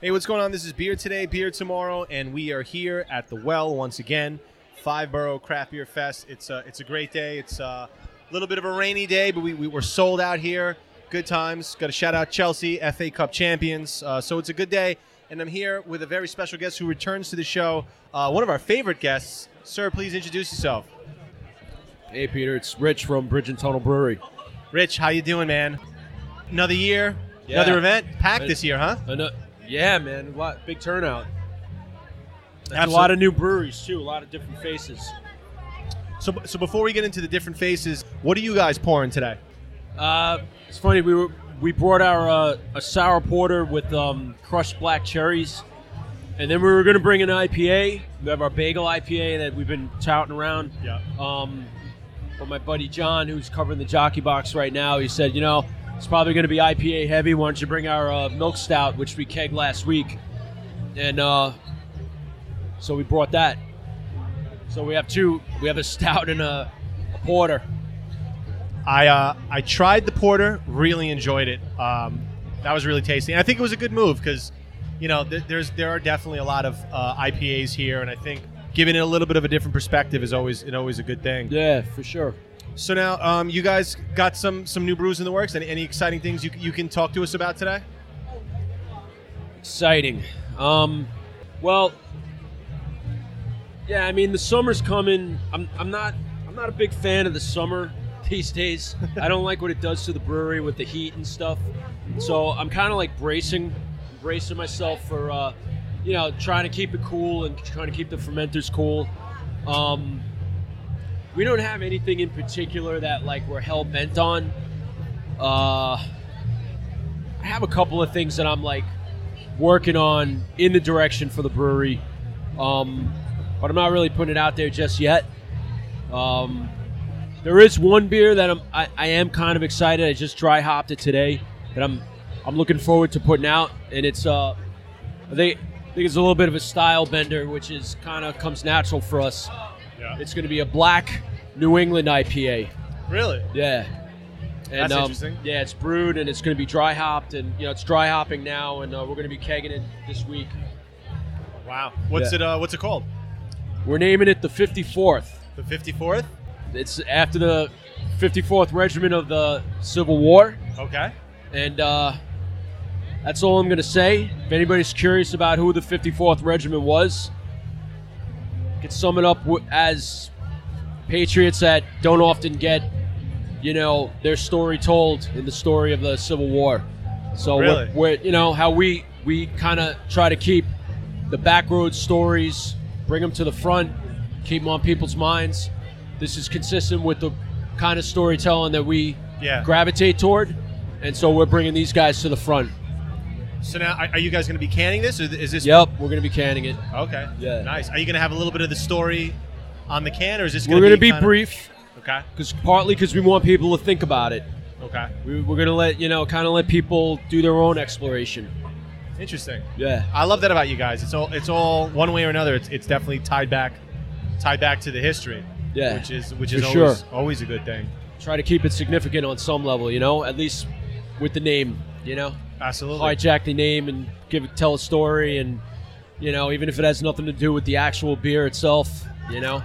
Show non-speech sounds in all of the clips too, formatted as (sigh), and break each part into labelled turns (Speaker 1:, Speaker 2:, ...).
Speaker 1: Hey, what's going on? This is Beer Today, Beer Tomorrow, and we are here at the Well once again. Five Borough Craft Beer Fest. It's a, it's a great day. It's uh, a little bit of a rainy day, but we, we were sold out here. Good times. Got to shout out Chelsea, FA Cup champions. Uh, so it's a good day. And I'm here with a very special guest who returns to the show. Uh, one of our favorite guests. Sir, please introduce yourself.
Speaker 2: Hey, Peter, it's Rich from Bridge and Tunnel Brewery.
Speaker 1: Rich, how you doing, man? Another year,
Speaker 2: Yeah.
Speaker 1: another event. Packed this year, huh?
Speaker 2: Ano- yeah, man, a lot, big turnout. And a
Speaker 1: Absolute-
Speaker 2: lot of new breweries too, a lot of different faces.
Speaker 1: So, so before we get into the different faces, what are you guys pouring today?
Speaker 2: Uh, it's funny we were we brought our uh, a sour porter with um, crushed black cherries, and then we were going to bring an IPA. We have our bagel IPA that we've been touting around.
Speaker 1: Yeah.
Speaker 2: Um, but my buddy John, who's covering the jockey box right now, he said, you know, it's probably going to be IPA heavy. Why don't you bring our uh, milk stout, which we kegged last week? And uh, so we brought that. So we have two. We have a stout and a, a porter.
Speaker 1: I uh, I tried the porter, really enjoyed it. Um, that was really tasty, and I think it was a good move because, you know, th- there's there are definitely a lot of uh, IPAs here, and I think giving it a little bit of a different perspective is always and always a good thing.
Speaker 2: Yeah, for sure.
Speaker 1: So now, um, you guys got some some new brews in the works, and any exciting things you, you can talk to us about today?
Speaker 2: Exciting. Um, well, yeah, I mean the summer's coming. I'm, I'm not I'm not a big fan of the summer (laughs) these days. I don't like what it does to the brewery with the heat and stuff. So I'm kind of like bracing bracing myself for uh, you know trying to keep it cool and trying to keep the fermenters cool. Um, we don't have anything in particular that like we're hell bent on. Uh, I have a couple of things that I'm like working on in the direction for the brewery, um, but I'm not really putting it out there just yet. Um, there is one beer that I'm I, I am kind of excited. I just dry hopped it today that I'm I'm looking forward to putting out, and it's uh they I think it's a little bit of a style bender, which is kind of comes natural for us.
Speaker 1: Yeah.
Speaker 2: It's going to be a black New England IPA.
Speaker 1: Really?
Speaker 2: Yeah. And, um,
Speaker 1: That's interesting.
Speaker 2: Yeah, it's brewed and it's going to be dry hopped, and you know it's dry hopping now, and uh, we're going to be kegging it this week.
Speaker 1: Wow. What's
Speaker 2: Yeah.
Speaker 1: it uh, What's it called?
Speaker 2: We're naming it the 54th.
Speaker 1: The fifty fourth.
Speaker 2: It's after the 54th Regiment of the Civil War,
Speaker 1: Okay.
Speaker 2: and uh, that's all I'm going to say. If anybody's curious about who the 54th Regiment was, I could sum it up w- as patriots that don't often get, you know, their story told in the story of the Civil War. So
Speaker 1: Really?
Speaker 2: we're, we're- you know how we we kind of try to keep the backroad stories, bring them to the front, keep them on people's minds. This is consistent with the kind of storytelling that we
Speaker 1: Yeah.
Speaker 2: gravitate toward, and so we're bringing these guys to the front.
Speaker 1: So now, are, are you guys going to be canning this, or th- is this?
Speaker 2: Yep, we're gonna be canning it.
Speaker 1: Okay.
Speaker 2: Yeah.
Speaker 1: Nice. Are you going to have a little bit of the story on the can, or is this?
Speaker 2: we're gonna be,
Speaker 1: kinda-
Speaker 2: brief,
Speaker 1: Okay.
Speaker 2: 'cause brief, because partly because we want people to think about it.
Speaker 1: Okay.
Speaker 2: We, we're gonna let you know, kind of let people do their own exploration.
Speaker 1: Interesting.
Speaker 2: Yeah,
Speaker 1: I love that about you guys. It's all it's all one way or another. It's, it's definitely tied back, tied back to the history.
Speaker 2: Yeah.
Speaker 1: Which is which is
Speaker 2: For
Speaker 1: always
Speaker 2: sure.
Speaker 1: always a good thing.
Speaker 2: try to keep it significant on some level, you know, at least with the name, you know,
Speaker 1: Absolutely.
Speaker 2: hijack the name and give it, tell a story, and you know, even if it has nothing to do with the actual beer itself, you know.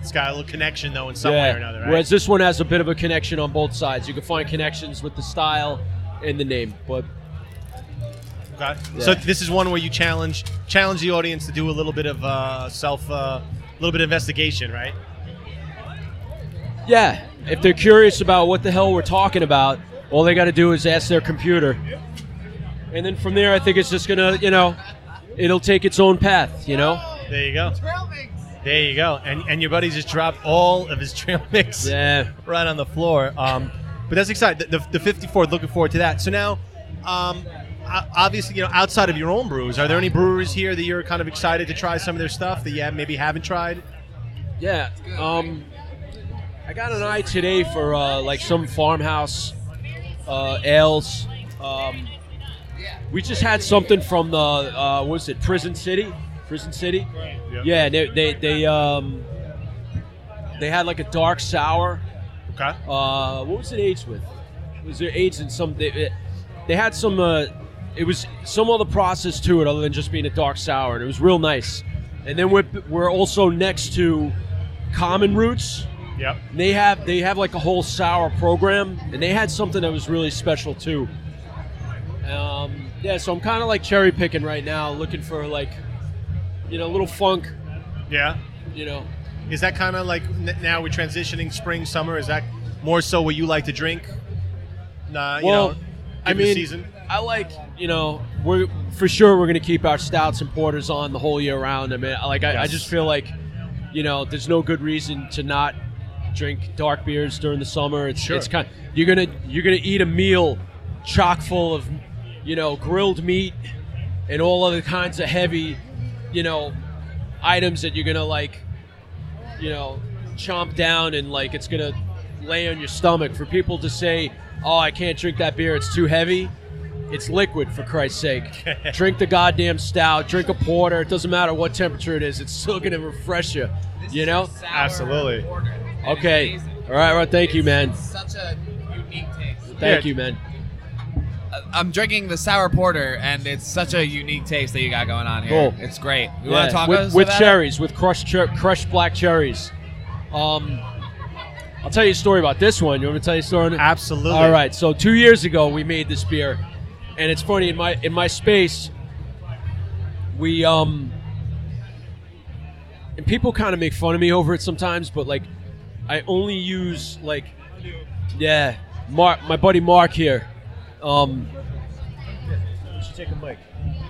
Speaker 1: It's got a little connection though in some way or another, right?
Speaker 2: Whereas this one has a bit of a connection on both sides. You can find connections with the style and the name, but
Speaker 1: Okay.
Speaker 2: Yeah.
Speaker 1: So this is one where you challenge challenge the audience to do a little bit of uh, self, a little bit of investigation, right?
Speaker 2: yeah, if they're curious about what the hell we're talking about, all they got to do is ask their computer, and then from there, I think it's just gonna, you know, it'll take its own path, you know.
Speaker 1: There you go. There you go. And and your buddy just dropped all of his trail mix.
Speaker 2: Yeah.
Speaker 1: right on the floor. Um, but that's exciting. The, the, the 54, looking forward to that. So now, um, o- obviously, you know, outside of your own brews, are there any breweries here that you're kind of excited to try some of their stuff that you have, maybe haven't tried?
Speaker 2: Yeah. Um, I got an eye today for uh, like some farmhouse uh, ales. Um, we just had something from the uh, what was it Prison City? Prison City. Yeah. They they they um, they had like a dark sour.
Speaker 1: Okay.
Speaker 2: Uh, what was it aged with? Was it aged in some? They, they had some uh, it was some other process to it other than just being a dark sour, and it was real nice. And then we're, we're also next to Common Roots.
Speaker 1: Yep.
Speaker 2: They have they have like a whole sour program, and they had something that was really special too. Um, yeah, so I'm kind of like cherry picking right now, looking for like, you know, a little funk,
Speaker 1: Yeah.
Speaker 2: you know.
Speaker 1: Is that kind of like n- now we're transitioning spring summer? Is that more so what you like to drink? Nah, you
Speaker 2: Well,
Speaker 1: know,
Speaker 2: I
Speaker 1: given the
Speaker 2: mean,
Speaker 1: season.
Speaker 2: I like you know we're for sure we're gonna keep our stouts and porters on the whole year round. I mean, like I, I
Speaker 1: Yes.
Speaker 2: just feel like you know there's no good reason to not drink dark beers during the summer. It's
Speaker 1: Sure.
Speaker 2: it's kind you're gonna you're gonna eat a meal chock full of you know grilled meat and all other kinds of heavy you know items that you're gonna like you know chomp down and like it's gonna lay on your stomach for people to say oh i can't drink that beer it's too heavy it's liquid for christ's
Speaker 3: (laughs)
Speaker 2: sake drink the goddamn stout drink a porter it doesn't matter what temperature it is it's still gonna refresh you
Speaker 3: This
Speaker 2: you
Speaker 3: is
Speaker 2: know
Speaker 3: a sour
Speaker 1: Absolutely.
Speaker 3: porter, and it's
Speaker 2: okay
Speaker 3: amazing.
Speaker 2: all right well thank you
Speaker 3: It's
Speaker 2: man
Speaker 3: Such a unique taste.
Speaker 2: thank
Speaker 1: Yeah.
Speaker 2: you man
Speaker 3: Uh, I'm drinking the sour porter, and it's such a unique taste that you got going on here.
Speaker 2: Cool.
Speaker 3: It's great. You
Speaker 2: Yeah,
Speaker 3: want to talk
Speaker 2: with,
Speaker 3: us
Speaker 2: with
Speaker 3: about
Speaker 2: cherries, with crushed cher- crushed black cherries. Um, I'll tell you a story about this one. You want me to tell you a story? on it?
Speaker 1: Absolutely.
Speaker 2: All right. So two years ago, we made this beer, and it's funny in my in my space, we um, and people kind of make fun of me over it sometimes, but like, I only use like, yeah, Mark, my buddy Mark here, um,
Speaker 1: Take a mic.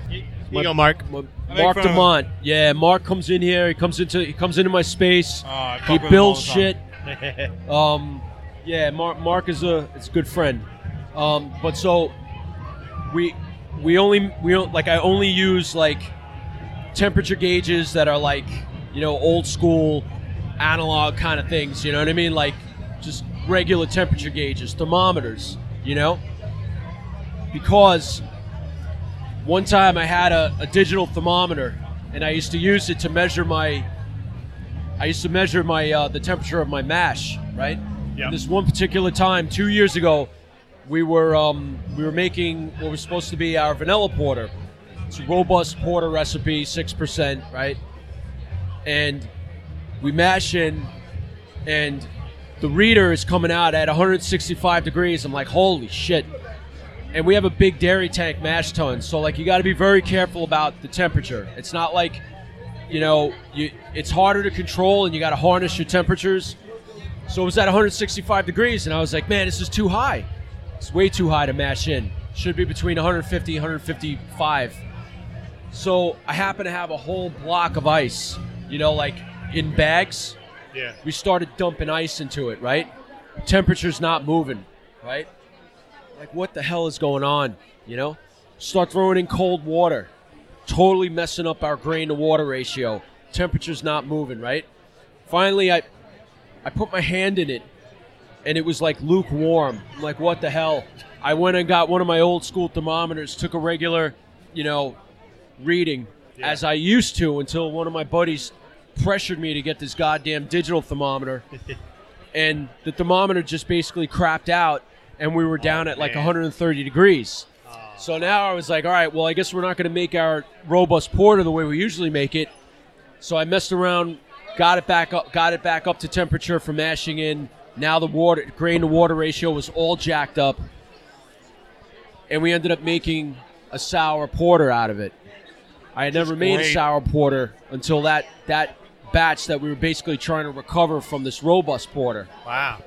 Speaker 1: Here
Speaker 2: My-
Speaker 1: you go, Mark.
Speaker 2: M-
Speaker 4: I make
Speaker 2: Mark
Speaker 4: fun of him.
Speaker 2: Demont. Yeah, Mark comes in here. He comes into he comes into my space.
Speaker 4: Oh, I fuck
Speaker 2: he
Speaker 4: with him
Speaker 2: builds
Speaker 4: all the
Speaker 2: shit. (laughs)
Speaker 4: time.
Speaker 2: Um, yeah, Mark Mark is a it's a good friend. Um, but so we we only we don't like I only use like temperature gauges that are like you know old school analog kind of things. You know what I mean? Like just regular temperature gauges, thermometers. You know because one time I had a, a digital thermometer and I used to use it to measure my I used to measure my uh, the temperature of my mash, right?
Speaker 1: Yeah.
Speaker 2: And This one particular time, two years ago, we were um, we were making what was supposed to be our vanilla porter. It's a robust porter recipe, six percent, right? And we mash in, and the reader is coming out at 165 degrees. I'm like, holy shit! and we have a big dairy tank mash tun so like you got to be very careful about the temperature it's not like you know you it's harder to control and you got to harness your temperatures so it was at 165 degrees and i was like man this is too high it's way too high to mash in should be between 150 155 so i happen to have a whole block of ice you know like in bags
Speaker 1: Yeah.
Speaker 2: we started dumping ice into it, right? Temperature's not moving, right? Like, what the hell is going on? You know? Start throwing in cold water, totally messing up our grain to water ratio. Temperature's not moving, right? Finally, I, I put my hand in it and it was like lukewarm. I'm like, what the hell? I went and got one of my old school thermometers, took a regular, you know, reading
Speaker 1: Yeah.
Speaker 2: as I used to until one of my buddies pressured me to get this goddamn digital
Speaker 1: (laughs)
Speaker 2: thermometer. and the thermometer just basically crapped out and we were down at like
Speaker 1: Oh, man. Oh.
Speaker 2: 130 degrees. So now I was like, all right, well, I guess we're not going to make our robust porter the way we usually make it. So I messed around, got it back up, got it back up to temperature for mashing in. Now the water grain to water ratio was all jacked up, and we ended up making a sour porter out of it. I had never made a
Speaker 4: great.
Speaker 2: sour porter until that that batch that we were basically trying to recover from this robust porter
Speaker 1: Wow.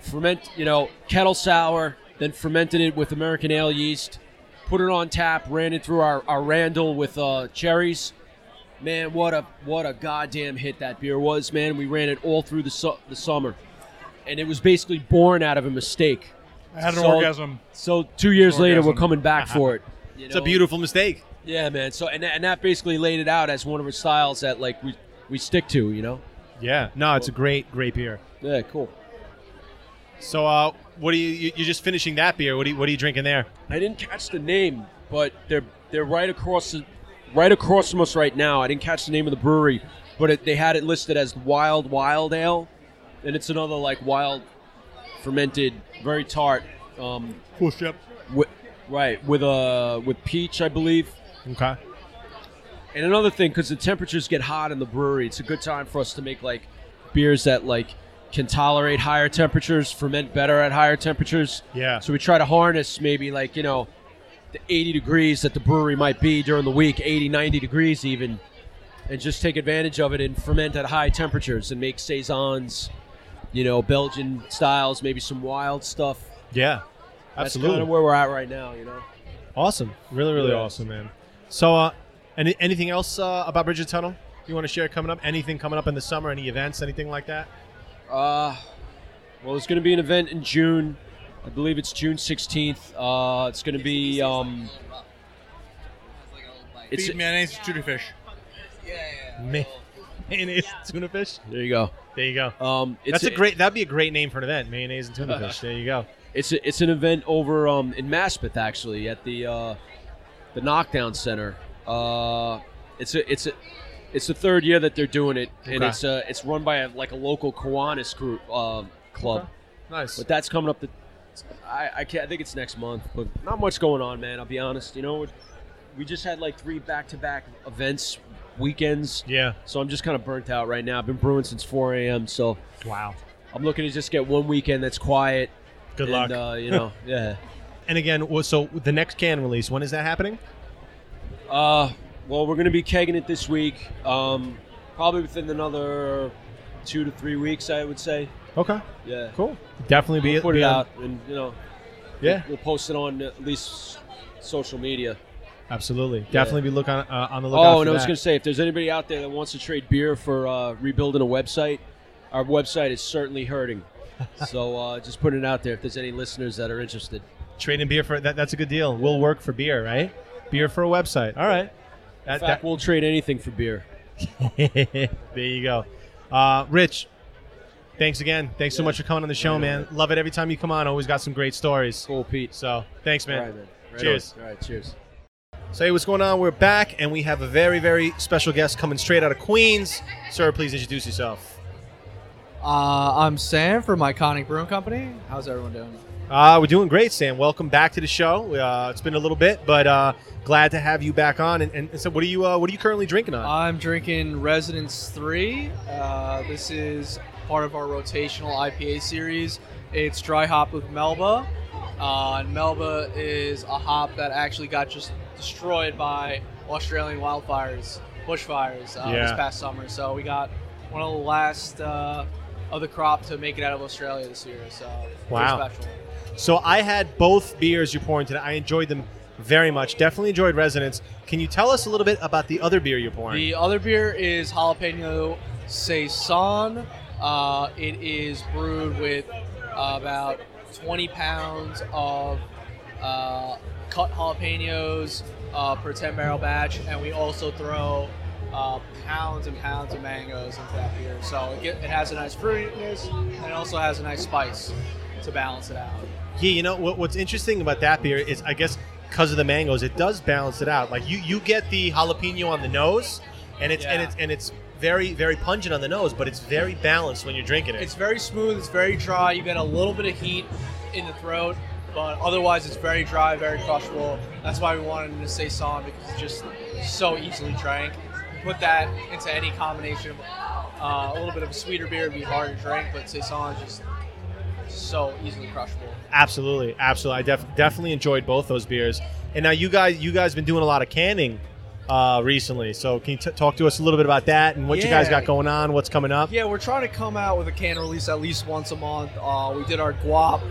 Speaker 2: ferment, you know, kettle sour, then fermented it with American ale yeast, put it on tap, ran it through our, our Randall with uh, cherries. Man, what a what a goddamn hit that beer was, man. We ran it all through the su- the summer, and it was basically born out of a mistake.
Speaker 4: I had an
Speaker 2: So-
Speaker 4: orgasm.
Speaker 2: So two years later, we're
Speaker 4: Orgasm.
Speaker 2: coming back for
Speaker 4: (laughs)
Speaker 2: it. you
Speaker 1: It's a
Speaker 2: know?
Speaker 1: beautiful mistake.
Speaker 2: yeah, man. So and, that- and that basically laid it out as one of our styles that like we we stick to, you know.
Speaker 1: Yeah. No, it's a great, great beer.
Speaker 2: Yeah, cool.
Speaker 1: So, uh, what are you, you? You're just finishing that beer. What are you? What are you drinking there?
Speaker 2: I didn't catch the name, but they're they're right across the, right across from us right now. I didn't catch the name of the brewery, but it, they had it listed as Wild Wild Ale, and it's another like wild fermented, very tart. Um,
Speaker 4: Cool ship.
Speaker 2: wi- right with uh with peach, I believe.
Speaker 1: Okay.
Speaker 2: And another thing, because the temperatures get hot in the brewery, it's a good time for us to make like beers that like can tolerate higher temperatures, ferment better at higher temperatures.
Speaker 1: Yeah.
Speaker 2: So we try to harness maybe like, you know, the 80 degrees that the brewery might be during the week, 80, 90 degrees even, and just take advantage of it and ferment at high temperatures and make saisons, you know, Belgian styles, maybe some wild stuff.
Speaker 1: Yeah.
Speaker 2: That's kind
Speaker 1: Absolutely.
Speaker 2: of where we're at right now, you know.
Speaker 1: Awesome. Really, really
Speaker 2: Yeah.
Speaker 1: awesome, man. So, uh, any, anything else uh, about Bridget Tunnel you want to share coming up? Anything coming up in the summer? Any events? Anything like that?
Speaker 2: Uh, well, there's going to be an event in June. I believe it's June 16th. Uh, it's going to be um, it's
Speaker 4: Feed mayonnaise to tuna fish.
Speaker 1: Man, (laughs) mayonnaise and tuna fish.
Speaker 2: there you go.
Speaker 1: There you go.
Speaker 2: Um, it's
Speaker 1: That's a great. That'd be a great name for an event. Mayonnaise and tuna fish. There you go.
Speaker 2: It's a, it's an event over um, in Maspeth actually at the uh, the Knockdown Center. Uh, it's a it's a it's the third year that they're doing it, and
Speaker 1: Okay.
Speaker 2: it's uh, it's run by a, like a local Kiwanis group uh, club.
Speaker 1: Nice.
Speaker 2: But that's coming up. The I I, can't, I think it's next month, but not much going on, man. I'll be honest. You know, we just had like three back-to-back events weekends,
Speaker 1: Yeah.
Speaker 2: so I'm just kind of burnt out right now. I've been brewing since 4 a.m., so
Speaker 1: Wow.
Speaker 2: I'm looking to just get one weekend that's quiet.
Speaker 1: Good
Speaker 2: and,
Speaker 1: luck.
Speaker 2: Uh,
Speaker 1: (laughs)
Speaker 2: you know, yeah.
Speaker 1: and again, well, so the next can release. When is that happening?
Speaker 2: Uh, well, we're gonna be kegging it this week. Um, probably within another two to three weeks, I would say.
Speaker 1: Okay.
Speaker 2: Yeah.
Speaker 1: Cool. Definitely be
Speaker 2: We'll put
Speaker 1: be
Speaker 2: it
Speaker 1: on-
Speaker 2: out, and you know,
Speaker 1: Yeah.
Speaker 2: we'll post it on at least social media.
Speaker 1: Absolutely. Definitely be look on uh, on the lookout.
Speaker 2: Oh,
Speaker 1: for
Speaker 2: and I was
Speaker 1: that.
Speaker 2: going to say, if there's anybody out there that wants to trade beer for uh, rebuilding a website, our website is
Speaker 1: (laughs)
Speaker 2: certainly hurting. so uh, just putting it out there if there's any listeners that are interested.
Speaker 1: trading beer for that, that's a good deal. We'll work for beer, right? Beer for a website. All right.
Speaker 2: In
Speaker 1: That,
Speaker 2: fact, we'll trade anything for beer.
Speaker 1: that- (laughs) there you go. Uh, Rich, thanks again. Thanks so
Speaker 2: Yeah.
Speaker 1: much for coming on the show, man. Love it every time you come on. Always got some great stories.
Speaker 2: Cool, Pete.
Speaker 1: So thanks, man.
Speaker 2: All right, man. Right
Speaker 1: Cheers.
Speaker 2: on. All right, cheers.
Speaker 1: So hey, what's going on? We're back, and we have a very, very special guest coming straight out of Queens. Sir, please introduce yourself.
Speaker 5: Uh, I'm Sam from Iconic Brewing Company. How's everyone doing?
Speaker 1: Uh, we're doing great, Sam. Welcome back to the show. Uh, it's been a little bit, but uh, glad to have you back on. And, and, and so, what are you? Uh, what are you currently drinking on?
Speaker 5: I'm drinking Residence 3. Uh, this is part of our rotational IPA series. It's dry hop with Melba. Uh, and Melba is a hop that actually got just destroyed by Australian wildfires, bushfires uh, this
Speaker 1: Yeah.
Speaker 5: past summer. So we got one of the last uh, of the crop to make it out of Australia this year. So pretty
Speaker 1: Wow.
Speaker 5: special.
Speaker 1: So I had both beers you poured today. I enjoyed them very much. Definitely enjoyed Resonance. Can you tell us a little bit about the other beer you're pouring?
Speaker 5: The other beer is jalapeno saison. Uh, it is brewed with about 20 pounds of uh, cut jalapenos uh, per 10 barrel batch, and we also throw uh, pounds and pounds of mangoes into that beer. So it, get, it has a nice fruitiness, and it also has a nice spice to balance it out.
Speaker 1: yeah, you know what, what's interesting about that beer is I guess because of the mangoes, it does balance it out. Like you, you get the jalapeno on the nose, and it's and
Speaker 5: Yeah.
Speaker 1: it's and it's very very pungent on the nose, but it's very balanced when you're drinking it.
Speaker 5: It's very smooth. It's very dry. You get a little bit of heat in the throat, but otherwise it's very dry, very crushable. That's why we wanted to say saison because it's just so easily drank. You put that into any combination. of Uh, a little bit of a sweeter beer would be harder to drink, but saison is just so easily crushable.
Speaker 1: absolutely, absolutely. I def- definitely enjoyed both those beers. And now you guys, you guys been doing a lot of canning uh, recently. So can you t- talk to us a little bit about that and what you guys
Speaker 5: Yeah.
Speaker 1: got going on? What's coming up?
Speaker 5: Yeah, we're trying to come out with a can release at least once a month. Uh, we did our guap,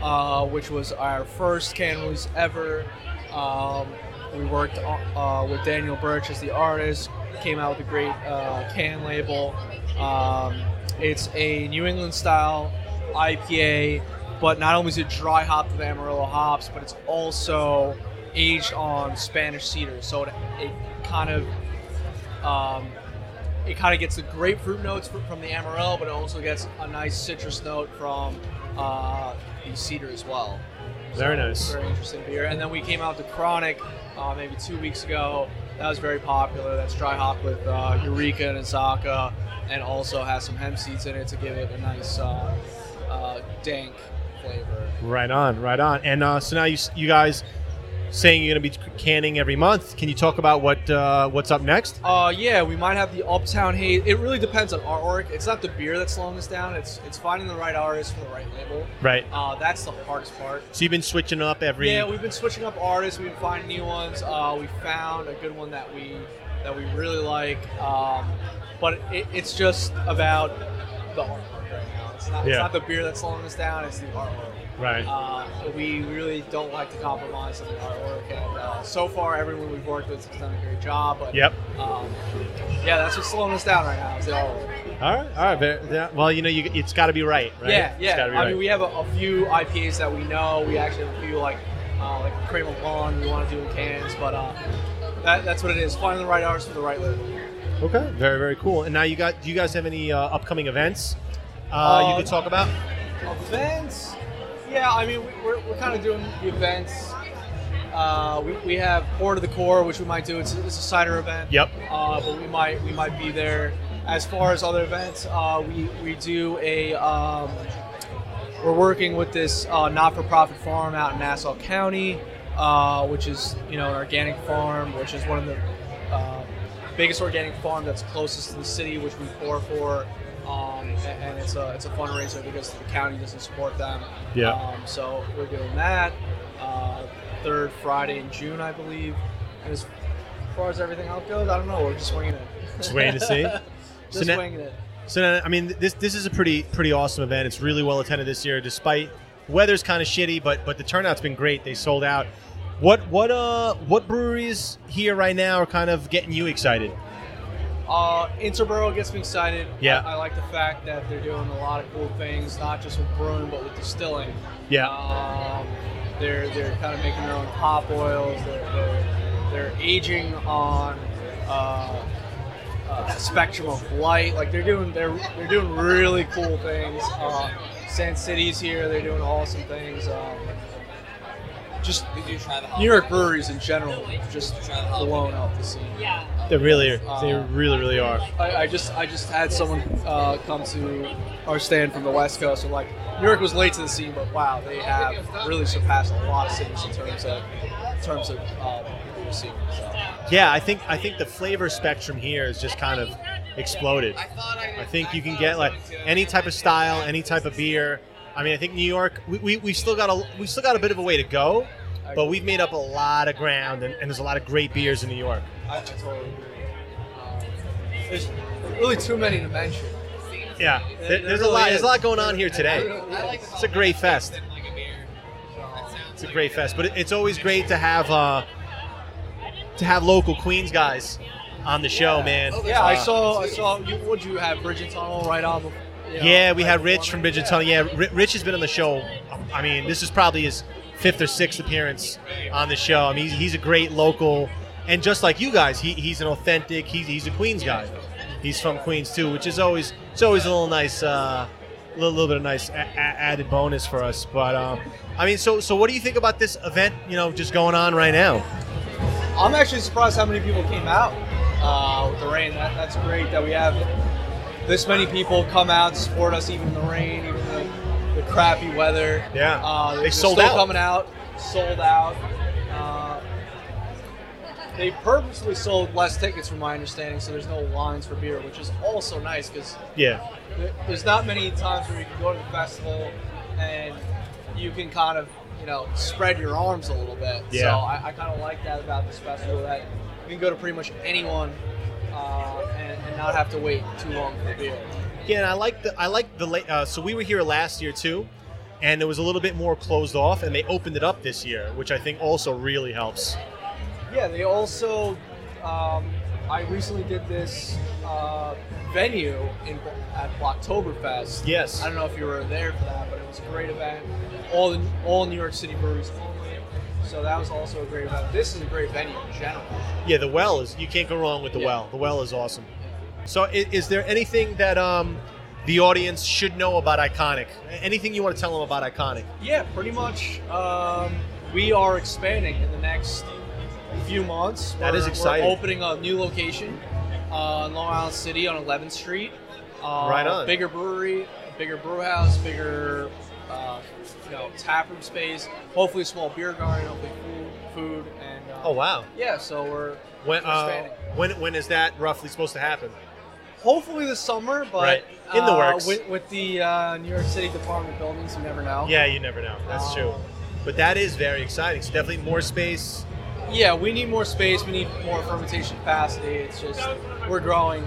Speaker 5: uh, which was our first can release ever. Um, we worked uh, with Daniel Birch as the artist, came out with a great uh, can label. Um, it's a New England style IPA, but not only is it dry hopped with Amarillo hops, but it's also aged on Spanish cedar. So it, it kind of um, it kind of gets the grapefruit notes fr- from the Amarillo, but it also gets a nice citrus note from uh, the cedar as well.
Speaker 1: Very
Speaker 5: So,
Speaker 1: nice.
Speaker 5: Very interesting beer. And then we came out to Chronic uh, maybe two weeks ago. That was very popular. That's dry hop with uh, Eureka and Osaka, and also has some hemp seeds in it to give it a nice uh, uh, dank flavor.
Speaker 1: Right on, right on. And uh, so now you you guys saying you're going to be canning every month. Can you talk about what uh, what's up next?
Speaker 5: Uh, yeah, we might have the Uptown Haze. It really depends on artwork. It's not the beer that's slowing us down. It's it's finding the right artist for the right label.
Speaker 1: Right.
Speaker 5: Uh, that's the hardest part.
Speaker 1: So you've been switching up every.
Speaker 5: Yeah, we've been switching up artists. We've been finding new ones. Uh, we found a good one that we that we really like, um, but it, it's just about the artwork right now. It's not, it's
Speaker 1: Yeah.
Speaker 5: not the beer that's slowing us down. It's the artwork.
Speaker 1: right.
Speaker 5: Uh, we really don't like to compromise on the artwork, and uh, so far everyone we've worked with has done a great job. But
Speaker 1: Yep.
Speaker 5: um, yeah, that's what's slowing us down right now. Is the artwork.
Speaker 1: All right. All right. Very- yeah. Well, you know, you, it's got to be right, right?
Speaker 5: Yeah,
Speaker 1: It's
Speaker 5: yeah.
Speaker 1: gotta
Speaker 5: I
Speaker 1: be right.
Speaker 5: mean, we have a, a few IPAs that we know. We actually have a few like uh, like Cream of Lawn we want to do in cans, but uh, that, that's what it is. Finding the right artist for the right label.
Speaker 1: okay. Very very cool. And now you got. Do you guys have any uh, upcoming events uh, you
Speaker 5: Uh,
Speaker 1: could talk about?
Speaker 5: Events? Yeah, I mean, we- we're, we're kind of doing the events. Uh, we, we have Port of the Core, which we might do. It's, it's a cider event.
Speaker 1: Yep.
Speaker 5: Uh, but we might we might be there. As far as other events, uh, we we do a. Um, we're working with this uh, not-for-profit farm out in Nassau County, uh, which is you know an organic farm, which is one of the uh, biggest organic farm that's closest to the city, which we pour for, um, a- and it's a it's a fundraiser because the county doesn't support them.
Speaker 1: Yeah.
Speaker 5: Um, so we're doing that uh, third Friday in June, I believe. And as far as everything else goes, I don't know. We're just swinging it.
Speaker 1: Just
Speaker 5: (laughs)
Speaker 1: waiting to see. So
Speaker 5: just
Speaker 1: now-
Speaker 5: winging it.
Speaker 1: (laughs) So now, I mean, this this is a pretty pretty awesome event. It's really well attended this year, despite weather's kind of shitty, but but the turnout's been great. They sold out. What what uh what breweries here right now are kind of getting you excited?
Speaker 5: Uh, Interboro gets me excited.
Speaker 1: Yeah.
Speaker 5: I, I like the fact that they're doing a lot of cool things, not just with brewing, but with distilling.
Speaker 1: Yeah,
Speaker 5: Um, they're they're kind of making their own pop oils. They're they're, they're aging on uh, uh, spectrum of light. Like they're doing they're they're doing really cool things. Uh, Sand City's here. They're doing awesome things. Um, just
Speaker 3: Did you try the
Speaker 5: New York breweries in general, just blown up the scene.
Speaker 1: they really are. They really really are.
Speaker 5: I, I just I just had someone uh, come to our stand from the West Coast and like New York was late to the scene, but wow, they have really surpassed a lot of cities in terms of in terms of um, the scene. So.
Speaker 1: Yeah, I think I think the flavor spectrum here is just kind of exploded. I think you can get like any type of style, any type of beer. I mean, I think New York. We, we, we still got a we still got a bit of a way to go, but we've made up a lot of ground, and, and there's a lot of great beers in New York.
Speaker 5: I, I totally agree. Um, there's really too many to mention.
Speaker 1: Yeah, there,
Speaker 5: There- there
Speaker 1: there's a
Speaker 5: really
Speaker 1: lot. There's a
Speaker 5: is.
Speaker 1: lot going on here
Speaker 5: I
Speaker 1: today.
Speaker 5: really- I like
Speaker 1: It's a great fest. It's a great fest, but it- it's always great to have uh, to have local Queens guys on the show, man.
Speaker 5: Yeah, I
Speaker 1: Uh,
Speaker 5: saw I saw you. Would you have Bridget Tunnel right on? before- you know,
Speaker 1: Yeah, we
Speaker 5: right
Speaker 1: had Rich
Speaker 5: before
Speaker 1: from
Speaker 5: me?
Speaker 1: Bridget Tunnel. Yeah, Ri- Rich has been on the show. I mean, this is probably his fifth or sixth appearance on the show. I mean, he's, he's a great local, and just like you guys, he, he's an authentic. He's, he's a Queens guy. He's from Queens too, which is always it's always a little nice, uh, little little bit of nice a- a- added bonus for us. But um, I mean, so so what do you think about this event? You know, just going on right now.
Speaker 5: I'm actually surprised how many people came out uh, with the rain. That, that's great that we have this many people come out to support us, even in the rain, even the, the crappy weather.
Speaker 1: Yeah.
Speaker 5: uh,
Speaker 1: They
Speaker 5: they're
Speaker 1: sold
Speaker 5: still
Speaker 1: out.
Speaker 5: coming out, sold out. Uh, they purposely sold less tickets, from my understanding, so there's no lines for beer, which is also nice because
Speaker 1: Yeah,
Speaker 5: there- there's not many times where you can go to the festival and you can kind of you know spread your arms a little bit
Speaker 1: Yeah.
Speaker 5: so i, I kind of like that about this festival that you can go to pretty much anyone uh, and, and not have to wait too long for beer
Speaker 1: Yeah, and I like the I like the late. Uh, so we were here last year too, and it was a little bit more closed off, and they opened it up this year, which I think also really helps.
Speaker 5: yeah they also um, i recently did this uh, venue in at blocktoberfest
Speaker 1: Yes.
Speaker 5: I don't know if you were there for that, but it was a great event. All in, all New York City breweries only. So that was also a great event. This is a great venue in general.
Speaker 1: Yeah, the well is you can't go wrong with the
Speaker 5: Yeah.
Speaker 1: well. The well is awesome. So is, is there anything that um, the audience should know about Iconic? Anything you want to tell them about Iconic?
Speaker 5: Yeah, pretty much. Um, we are expanding in the next few months.
Speaker 1: That
Speaker 5: We're-
Speaker 1: is exciting.
Speaker 5: We're opening a new location uh, in Long Island City on 11th Street. Uh,
Speaker 1: Right on.
Speaker 5: Bigger brewery, bigger brew house, bigger uh, you know tap room space. Hopefully, a small beer garden. Hopefully, food, food and uh,
Speaker 1: Oh wow.
Speaker 5: yeah, so we're
Speaker 1: When uh,
Speaker 5: Expanding.
Speaker 1: when when is that roughly supposed to happen?
Speaker 5: hopefully this summer, but
Speaker 1: Right. In the
Speaker 5: uh,
Speaker 1: works.
Speaker 5: with, with the uh, New York City Department of Buildings, you never know.
Speaker 1: Yeah, you never know. That's
Speaker 5: Um,
Speaker 1: true. But that is very exciting. So definitely more space.
Speaker 5: Yeah, we need more space. We need more fermentation capacity. It's just we're growing.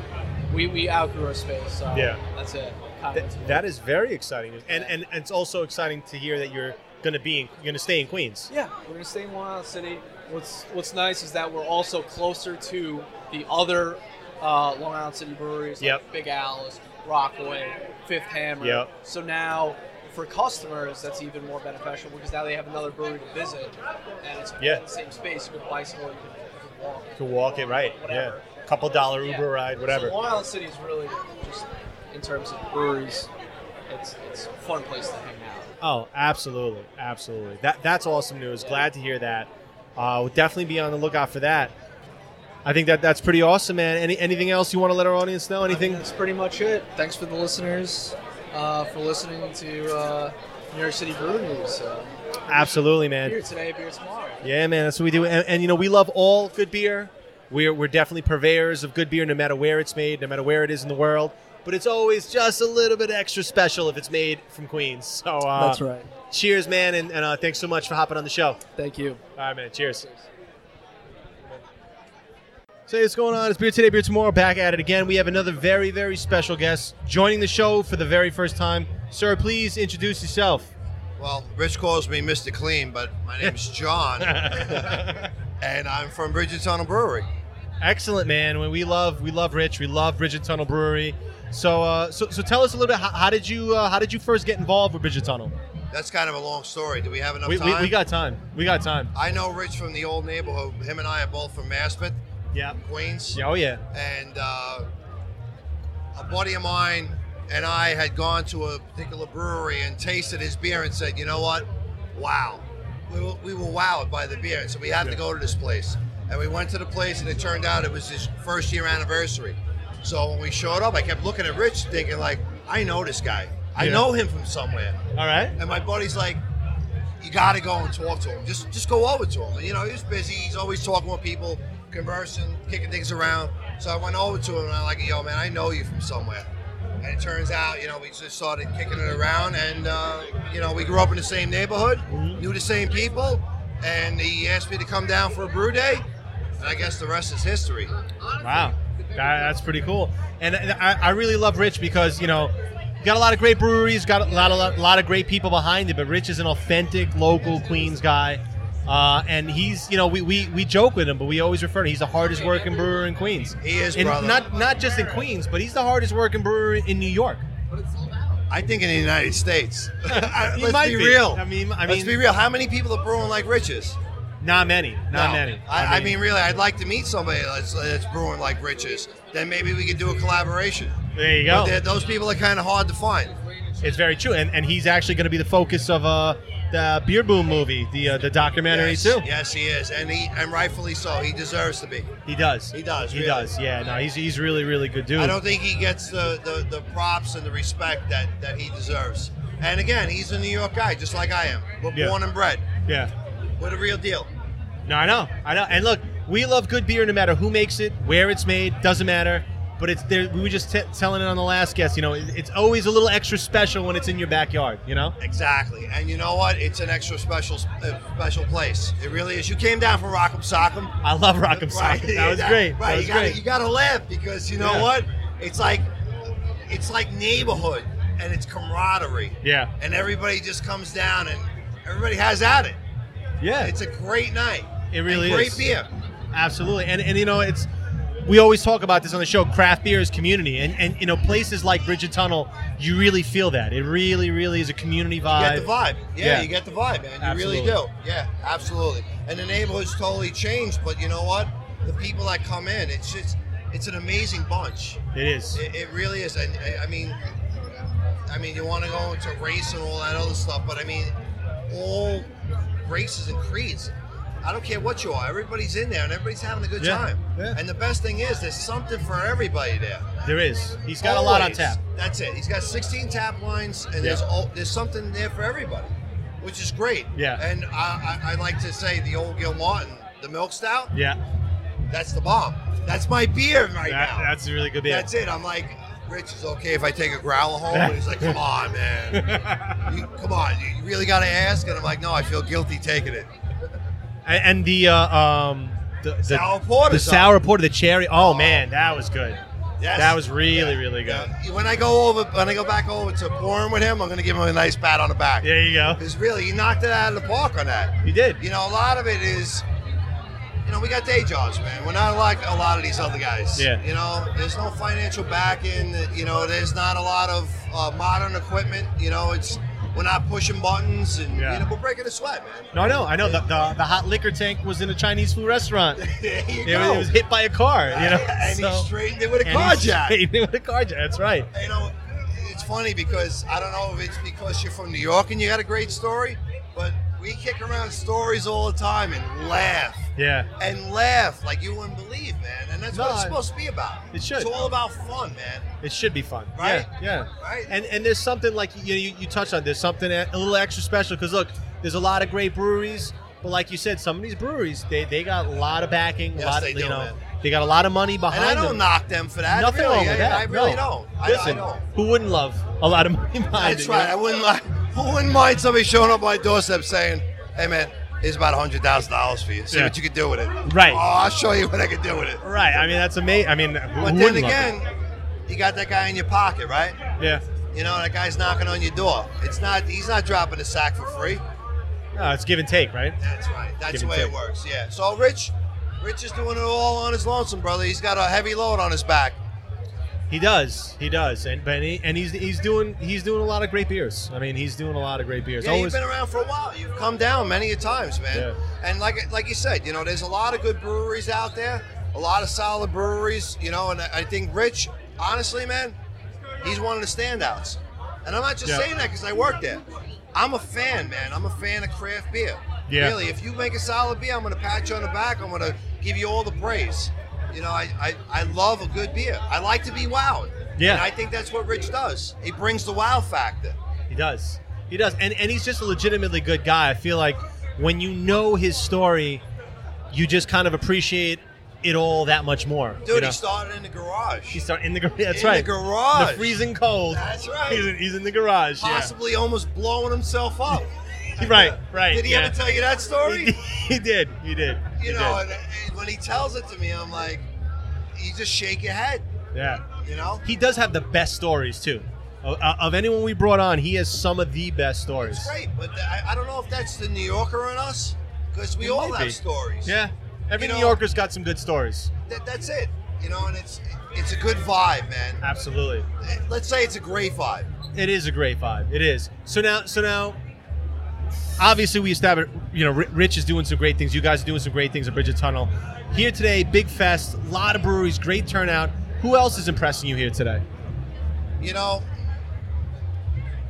Speaker 5: We, we outgrew our space. So
Speaker 1: Yeah.
Speaker 5: that's it. Kind of
Speaker 1: That,
Speaker 5: it's-
Speaker 1: that is very exciting, news. and and and it's also exciting to hear that you're gonna be in, gonna stay in Queens.
Speaker 5: Yeah, we're gonna stay in Long Island City. What's What's nice is that we're also closer to the other uh, Long Island City breweries, like
Speaker 1: Yep.
Speaker 5: Big Al's, Rockaway, Fifth Hammer.
Speaker 1: Yep.
Speaker 5: So now, for customers, that's even more beneficial because now they have another brewery to visit, and it's
Speaker 1: Yeah.
Speaker 5: in the same space. You can bicycle, you can, you can walk.
Speaker 1: To walk it right.
Speaker 5: Whatever.
Speaker 1: Yeah. Couple dollar
Speaker 5: Yeah.
Speaker 1: Uber ride, whatever.
Speaker 5: So Long Island City is really just in terms of breweries, it's it's a fun place to hang out.
Speaker 1: Oh, absolutely, absolutely. That that's awesome news. Glad to hear that. Uh, we'll definitely be on the lookout for that. I think that that's pretty awesome, man. Any anything else you want to let our audience know?
Speaker 5: I
Speaker 1: Anything?
Speaker 5: think that's pretty much it. Thanks for the listeners uh, for listening to uh, New York City Brew News. Uh,
Speaker 1: Absolutely, man.
Speaker 5: beer today, beer tomorrow.
Speaker 1: Yeah, man. That's what we do. And, and you know, we love all good beer. We're we're definitely purveyors of good beer, no matter where it's made, no matter where it is in the world. But it's always just a little bit extra special if it's made from Queens. So uh,
Speaker 5: right.
Speaker 1: Cheers, man, and, and uh, thanks so much for hopping on the show.
Speaker 5: Thank you.
Speaker 1: All right, man. Cheers. So hey, what's going on? It's Beer Today, Beer Tomorrow. Back at it again. We have another very, very special guest joining the show for the very first time. Sir, please introduce yourself.
Speaker 4: Well, Rich calls me Mr. Clean, but my name's
Speaker 1: (laughs)
Speaker 4: John, and I'm from Bridgetown Brewery.
Speaker 1: Excellent, man. We- We love, we love Rich. We love Bridget Tunnel Brewery. So, uh, so, so tell us a little bit. How, how did you, uh, how did you first get involved with Bridget Tunnel?
Speaker 4: That's kind of a long story. Do we have enough
Speaker 1: We,
Speaker 4: time?
Speaker 1: we, we got time. We got time.
Speaker 4: I know Rich from the old neighborhood. Him and I are both from Maspeth,
Speaker 1: Yeah.
Speaker 4: Queens.
Speaker 1: Yeah. Oh yeah.
Speaker 4: and uh, a buddy of mine and I had gone to a particular brewery and tasted his beer and said, you know what? Wow. We were, we were wowed by the beer, and so we have to go to this place. And we went to the place, and it turned out it was his first year anniversary. So when we showed up, I kept looking at Rich, thinking like, I know this guy. I
Speaker 1: Yeah.
Speaker 4: know him from somewhere.
Speaker 1: All right.
Speaker 4: And my buddy's like, you got to go and talk to him. Just just go over to him. You know, he's busy. He's always talking with people, conversing, kicking things around. So I went over to him and I'm like, yo, man, I know you from somewhere. And it turns out, you know, we just started kicking it around, and uh, you know, we grew up in the same neighborhood, knew the same people, and he asked me to come down for a brew day. And I guess the rest is history.
Speaker 1: Wow, that, that's pretty cool. And and I, I really love Rich because you know, you got a lot of great breweries, got a lot of lot, lot of great people behind it. But Rich is an authentic local Queens guy, uh, and he's you know we, we we joke with him, but we always refer to him. he's the hardest working brewer in Queens.
Speaker 4: He is,
Speaker 1: And
Speaker 4: brother.
Speaker 1: not not just in Queens, but he's the hardest working brewer in New York.
Speaker 4: I think in the United (laughs) States.
Speaker 1: He
Speaker 4: Let's
Speaker 1: might
Speaker 4: be,
Speaker 1: be.
Speaker 4: real.
Speaker 1: I mean- I mean-
Speaker 4: let's be real. How many people are brewing like Riches?
Speaker 1: Not many, not many.
Speaker 4: I, I mean, really, I'd like to meet somebody that's, that's brewing like Riches. Then maybe we could do a collaboration.
Speaker 1: there you
Speaker 4: But
Speaker 1: go.
Speaker 4: they're- those people are kind of hard to find.
Speaker 1: It's very true, and, and he's actually going to be the focus of uh, the Beer Boom movie, the uh, the documentary
Speaker 4: yes,
Speaker 1: too.
Speaker 4: Yes, he is, and he and rightfully so. He deserves to be.
Speaker 1: He does.
Speaker 4: He does,
Speaker 1: He
Speaker 4: really.
Speaker 1: does. Yeah. No, he's he's really really good dude.
Speaker 4: I don't think he gets the, the, the props and the respect that, that he deserves. And again, he's a New York guy, just like I am. We're
Speaker 1: Yeah.
Speaker 4: born and bred.
Speaker 1: yeah.
Speaker 4: We're the real deal.
Speaker 1: No, I know. I know. And look, we love good beer no matter who makes it, where it's made, doesn't matter. But it's there. We were just t- telling it on the last guest. You know, it- it's always a little extra special when it's in your backyard. You know.
Speaker 4: Exactly, and you know what? It's an extra special uh, special place. It really is. You came down from Rock'em Sock'em.
Speaker 1: I love Rock'em
Speaker 4: Right,
Speaker 1: Sock'em. That was
Speaker 4: (laughs) yeah,
Speaker 1: great.
Speaker 4: Right,
Speaker 1: That
Speaker 4: you
Speaker 1: was
Speaker 4: gotta
Speaker 1: great.
Speaker 4: you gotta laugh because you know
Speaker 1: Yeah.
Speaker 4: what? It's like it's like neighborhood and it's camaraderie.
Speaker 1: Yeah.
Speaker 4: And everybody just comes down and everybody has at it.
Speaker 1: Yeah.
Speaker 4: It's a great night.
Speaker 1: It really
Speaker 4: and great
Speaker 1: is.
Speaker 4: beer.
Speaker 1: Absolutely. And and you know, it's we always talk about this on the show, craft beer is community. And and you know, places like Bridget Tunnel, you really feel that. It really, really is a community
Speaker 4: You
Speaker 1: vibe.
Speaker 4: get the vibe. Yeah,
Speaker 1: Yeah.
Speaker 4: you get the vibe, man. You really do.
Speaker 1: Absolutely.
Speaker 4: Yeah, absolutely. And the neighborhood's totally changed, but you know what? The people that come in, it's just it's an amazing bunch.
Speaker 1: It is.
Speaker 4: It, it really is. And I, I mean, I mean, you want to go into race and all that other stuff, but I mean, all races and creeds. I don't care what you are. Everybody's in there and everybody's having a good
Speaker 1: Yeah,
Speaker 4: time.
Speaker 1: yeah.
Speaker 4: And the best thing is, there's something for everybody there.
Speaker 1: There is. He's got a lot on
Speaker 4: Always.
Speaker 1: tap.
Speaker 4: That's it. He's got 16 tap lines, and there's all, there's something there for everybody, which is great.
Speaker 1: Yeah.
Speaker 4: And I, I, I like to say the old Gil Martin, the milk stout,
Speaker 1: Yeah,
Speaker 4: that's the bomb. That's my beer right
Speaker 1: that,
Speaker 4: now.
Speaker 1: that's a really good beer. (laughs)
Speaker 4: That's it. I'm like, Rich, is okay if I take a growler home? And he's like, come on, man. You, come on, you really got to ask? And I'm like, no, I feel guilty taking it.
Speaker 1: and, and the uh, um the, the
Speaker 4: Sour porter.
Speaker 1: the sour porter, the cherry. Oh, man, that was good.
Speaker 4: Yes.
Speaker 1: That was really really good.
Speaker 4: Yeah. When I go over, when I go back over to pouring with him, I'm going to give him a nice pat on the back.
Speaker 1: There you go.
Speaker 4: Because really, he knocked it out of the park on that.
Speaker 1: You did.
Speaker 4: You know, a lot of it is, you know, we got day jobs, man. We're not like a lot of these other guys.
Speaker 1: Yeah.
Speaker 4: You know, there's no financial backing. You know, there's not a lot of uh, modern equipment. You know, it's we're not pushing buttons and
Speaker 1: Yeah.
Speaker 4: you know, we're breaking a sweat, man.
Speaker 1: No, I know, I know. The, the, the hot liquor tank was in a Chinese food restaurant.
Speaker 4: (laughs) There you
Speaker 1: It, was,
Speaker 4: go.
Speaker 1: it was hit by a car, you know.
Speaker 4: (laughs) and
Speaker 1: so,
Speaker 4: he straightened it with a
Speaker 1: and
Speaker 4: car
Speaker 1: he (laughs)
Speaker 4: jack.
Speaker 1: straightened it with a car jack. That's right.
Speaker 4: you know, it's funny because I don't know if it's because you're from New York and you got a great story, but we kick around stories all the time and laugh
Speaker 1: Yeah.
Speaker 4: and laugh like you wouldn't believe, man. And that's
Speaker 1: No,
Speaker 4: what it's
Speaker 1: I-
Speaker 4: supposed to be about.
Speaker 1: it should.
Speaker 4: It's all about fun, man.
Speaker 1: It should be fun,
Speaker 4: Right?
Speaker 1: Yeah, yeah.
Speaker 4: Right?
Speaker 1: And and there's something like you you, you touched on. There's something a a little extra special because look, there's a lot of great breweries, but like you said, some of these breweries they, they got a lot of backing, a
Speaker 4: Yes,
Speaker 1: lot of
Speaker 4: they
Speaker 1: you
Speaker 4: do,
Speaker 1: know
Speaker 4: man.
Speaker 1: they got a lot of money behind
Speaker 4: And I don't
Speaker 1: them.
Speaker 4: knock them for that.
Speaker 1: Nothing
Speaker 4: really.
Speaker 1: wrong with
Speaker 4: I,
Speaker 1: that.
Speaker 4: I really
Speaker 1: no.
Speaker 4: don't. I,
Speaker 1: Listen,
Speaker 4: I don't.
Speaker 1: who wouldn't love a lot of (laughs) money behind
Speaker 4: That's
Speaker 1: it, you
Speaker 4: right. I
Speaker 1: know?
Speaker 4: wouldn't like. Who wouldn't mind somebody showing up at my doorstep saying, "Hey, man, here's about hundred thousand dollars for you. See
Speaker 1: Yeah.
Speaker 4: what you can do with it."
Speaker 1: Right.
Speaker 4: Oh, I'll show you what I can do with it.
Speaker 1: Right. I mean, that's amazing. I mean, who
Speaker 4: But then
Speaker 1: wouldn't love it?
Speaker 4: again, you got that guy in your pocket, right?
Speaker 1: yeah.
Speaker 4: You know, that guy's knocking on your door. It's not he's not dropping a sack for free.
Speaker 1: No, it's give and take, right?
Speaker 4: That's right. That's
Speaker 1: Give
Speaker 4: the
Speaker 1: and
Speaker 4: way
Speaker 1: take.
Speaker 4: it works. Yeah. So Rich Rich is doing it all on his lonesome, brother. He's got a heavy load on his back.
Speaker 1: He does. He does. And but he, and he's he's doing he's doing a lot of great beers. I mean, he's doing a lot of great beers.
Speaker 4: Yeah,
Speaker 1: Always.
Speaker 4: you've been around for a while. You've come down many a times, man.
Speaker 1: Yeah.
Speaker 4: And like like you said, you know, there's a lot of good breweries out there, a lot of solid breweries, you know, and I I think Rich, honestly, man, he's one of the standouts. And I'm not just
Speaker 1: Yeah.
Speaker 4: saying that because I work there. I'm a fan, man. I'm a fan of craft beer.
Speaker 1: Yeah.
Speaker 4: Really, if you make a solid beer, I'm going to pat you on the back. I'm going to give you all the praise. You know, I, I, I love a good beer. I like to be wowed.
Speaker 1: Yeah.
Speaker 4: And I think that's what Rich does. He brings the wow factor.
Speaker 1: He does. He does. And and he's just a legitimately good guy. I feel like when you know his story, you just kind of appreciate it all that much more.
Speaker 4: Dude,
Speaker 1: you know?
Speaker 4: he started in the garage.
Speaker 1: He start in the gar- (laughs) that's
Speaker 4: In the
Speaker 1: right.
Speaker 4: garage.
Speaker 1: The freezing cold.
Speaker 4: That's right.
Speaker 1: He's in, he's in the garage.
Speaker 4: possibly almost blowing himself
Speaker 1: (laughs)
Speaker 4: up.
Speaker 1: Yeah. Right. Right.
Speaker 4: Did he
Speaker 1: yeah.
Speaker 4: ever tell you
Speaker 1: (laughs)
Speaker 4: that
Speaker 1: He
Speaker 4: story?
Speaker 1: did. He did. He did. He
Speaker 4: You know,
Speaker 1: did.
Speaker 4: and, and when he tells it to me, I'm like, you just shake your head.
Speaker 1: Yeah.
Speaker 4: You know,
Speaker 1: He does have the best stories too. Of, of anyone we brought on, he has some of the best stories.
Speaker 4: it's great, but th- I, I don't know if that's the New Yorker in us because we
Speaker 1: It
Speaker 4: all
Speaker 1: might
Speaker 4: have
Speaker 1: be.
Speaker 4: stories.
Speaker 1: Yeah. Every
Speaker 4: You
Speaker 1: New
Speaker 4: know-
Speaker 1: Yorker's got some good stories.
Speaker 4: that, that's it. You know, and it's it's a good vibe, man.
Speaker 1: Ah. Absolutely.
Speaker 4: Let's say it's a great vibe.
Speaker 1: It is a great vibe. It is. So now, so now, obviously we established. You know, Ri- Rich is doing some great things. You guys are doing some great things at Bridget Tunnel. Here today, big fest, a lot of breweries, great turnout. Who else is impressing you here today?
Speaker 4: You know,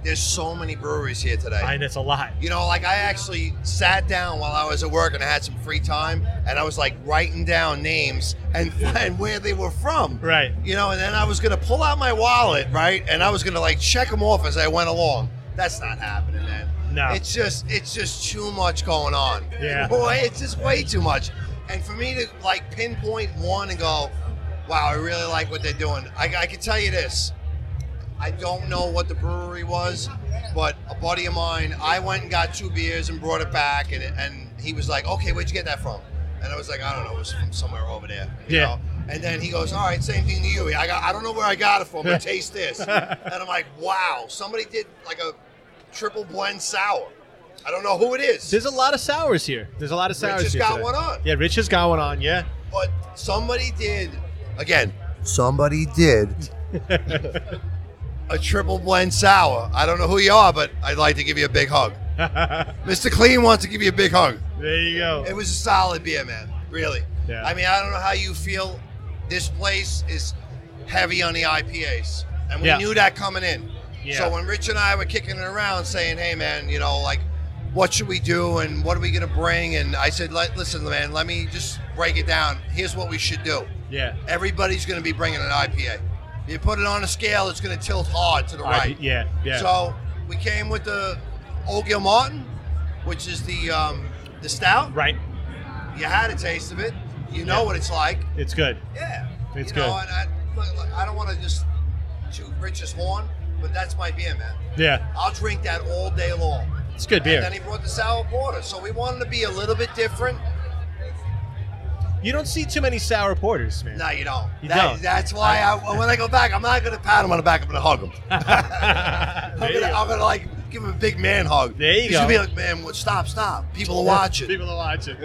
Speaker 4: there's so many breweries here today.
Speaker 1: I mean, it's a lot.
Speaker 4: You know, like I actually sat down while I was at work and I had some free time, and I was like writing down names and (laughs) and where they were from.
Speaker 1: Right.
Speaker 4: You know, and then I was gonna pull out my wallet, right, and I was gonna like check them off as I went along. That's not happening, man.
Speaker 1: No.
Speaker 4: It's just it's just too much going on.
Speaker 1: Yeah.
Speaker 4: (laughs) Boy, it's just way too much. And for me to like pinpoint one and go, wow, I really like what they're doing. I, I can tell you this. I don't know what the brewery was, but a buddy of mine, I went and got two beers and brought it back, and, and he was like, "Okay, where'd you get that from?" And I was like, "I don't know, it was from somewhere over there." you
Speaker 1: Yeah.
Speaker 4: know? And then he goes, "All right, same thing to you. I got, I don't know where I got it
Speaker 1: (laughs)
Speaker 4: from, but taste this." And I'm like, "Wow, somebody did like a triple blend sour. I don't know who it is,
Speaker 1: There's a lot of sours here. There's a lot of sours.
Speaker 4: has
Speaker 1: here
Speaker 4: got
Speaker 1: today.
Speaker 4: one on.
Speaker 1: Yeah, Rich has got one on. Yeah.
Speaker 4: but somebody did again. Somebody did." A triple blend sour. I don't know who you are, but I'd like to give you a big hug.
Speaker 1: there
Speaker 4: Mr. Clean wants to give you a big hug.
Speaker 1: you go.
Speaker 4: It was a solid beer, man. Really.
Speaker 1: Yeah.
Speaker 4: I mean, I don't know how you feel. This place is heavy on the IPAs, and we
Speaker 1: Yeah.
Speaker 4: knew that coming in.
Speaker 1: Yeah.
Speaker 4: So when Rich and I were kicking it around, saying, "Hey, man, you know, like, what should we do, and what are we gonna bring?" and I said, "Let- "Listen, man, let me just break it down. Here's what we should do.
Speaker 1: Yeah.
Speaker 4: Everybody's gonna be bringing an IPA. You put it on a scale, it's gonna tilt hard to the
Speaker 1: I-
Speaker 4: right.
Speaker 1: yeah. Yeah.
Speaker 4: So we came with the Old Gil Martin. which is the um, the stout.
Speaker 1: Right.
Speaker 4: You had a taste of it. You know what it's like.
Speaker 1: It's good.
Speaker 4: Yeah.
Speaker 1: It's
Speaker 4: you know,
Speaker 1: good.
Speaker 4: And I, look, look, I don't want to just shoot Rich's horn, but that's my beer, man.
Speaker 1: Yeah.
Speaker 4: I'll drink that all day long.
Speaker 1: It's good
Speaker 4: And
Speaker 1: beer.
Speaker 4: then he brought the sour porter. So we wanted to be a little bit different.
Speaker 1: You don't see too many sour porters, man.
Speaker 4: No, you don't.
Speaker 1: You
Speaker 4: That-
Speaker 1: don't.
Speaker 4: That's why I, when I go back, I'm not going to pat him on the back. I'm going to hug him.
Speaker 1: (laughs) There
Speaker 4: (laughs) I'm
Speaker 1: you
Speaker 4: gonna,
Speaker 1: go.
Speaker 4: I'm gonna like give him a big man hug.
Speaker 1: There you
Speaker 4: he
Speaker 1: go.
Speaker 4: should be like, man, what? Stop, stop. People are
Speaker 1: (laughs)
Speaker 4: watching.
Speaker 1: People are watching.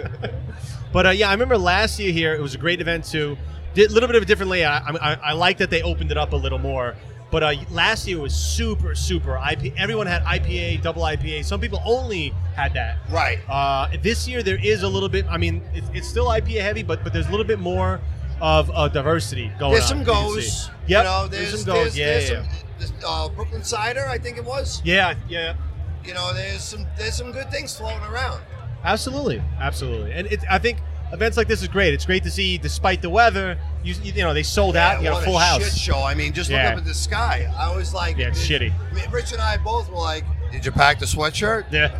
Speaker 1: but uh, yeah, I remember last year here. It was a great event too. Did a little bit of a different layout. I, I, I like that they opened it up a little more. But uh, last year was super, super. IP, everyone had IPA, double IPA. Some people only had that.
Speaker 4: Right.
Speaker 1: Uh, this year there is a little bit. I mean, it's, it's still IPA heavy, but but there's a little bit more of uh, diversity going
Speaker 4: There's
Speaker 1: on.
Speaker 4: some
Speaker 1: you can see.
Speaker 4: goes.
Speaker 1: Yep.
Speaker 4: You know,
Speaker 1: there's,
Speaker 4: there's,
Speaker 1: some goes.
Speaker 4: There's,
Speaker 1: yeah,
Speaker 4: there's
Speaker 1: yeah, yeah.
Speaker 4: Some, th- uh, Brooklyn cider, I think it was.
Speaker 1: yeah, yeah.
Speaker 4: You know, there's some there's some good things floating around.
Speaker 1: Absolutely, absolutely, and it, I think events like this is great. It's great to see, despite the weather, you you know they sold out. You got
Speaker 4: what
Speaker 1: a full
Speaker 4: Shit
Speaker 1: house.
Speaker 4: show. I mean, just
Speaker 1: Yeah.
Speaker 4: look up at the sky. I was like,
Speaker 1: Yeah, it's
Speaker 4: did-
Speaker 1: shitty.
Speaker 4: I mean, Rich and I both were like, did you pack the sweatshirt?
Speaker 1: (laughs) Yeah,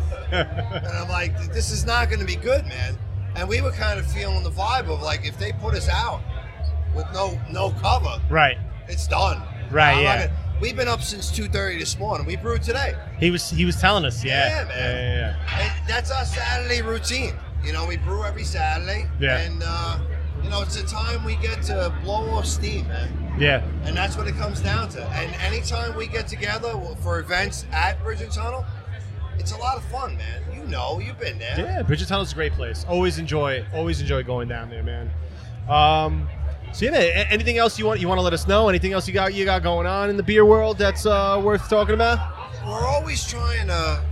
Speaker 1: (laughs)
Speaker 4: And I'm like, this is not going to be good, man. And we were kind of feeling the vibe of like, if they put us out with no no cover,
Speaker 1: right.
Speaker 4: it's done.
Speaker 1: Right,
Speaker 4: I'm not
Speaker 1: yeah.
Speaker 4: gonna- we've been up since two thirty this morning. We brewed today.
Speaker 1: He was he was telling us. Yeah,
Speaker 4: Yeah, man.
Speaker 1: yeah, yeah,
Speaker 4: And that's our Saturday routine. You know, we brew every Saturday.
Speaker 1: Yeah.
Speaker 4: And uh, you know, it's a time we get to blow off steam, man.
Speaker 1: yeah. yeah.
Speaker 4: And that's what it comes down to. And anytime we get together for events at Bridge and Tunnel, it's a lot of fun, man. You know, you've been there.
Speaker 1: Yeah, Bridgetown's a great place. Always enjoy, always enjoy going down there, man. Um, so yeah, man, a- anything else you want you want to let us know? Anything else you got you got going on in the beer world that's uh, worth talking about?
Speaker 4: we're always trying to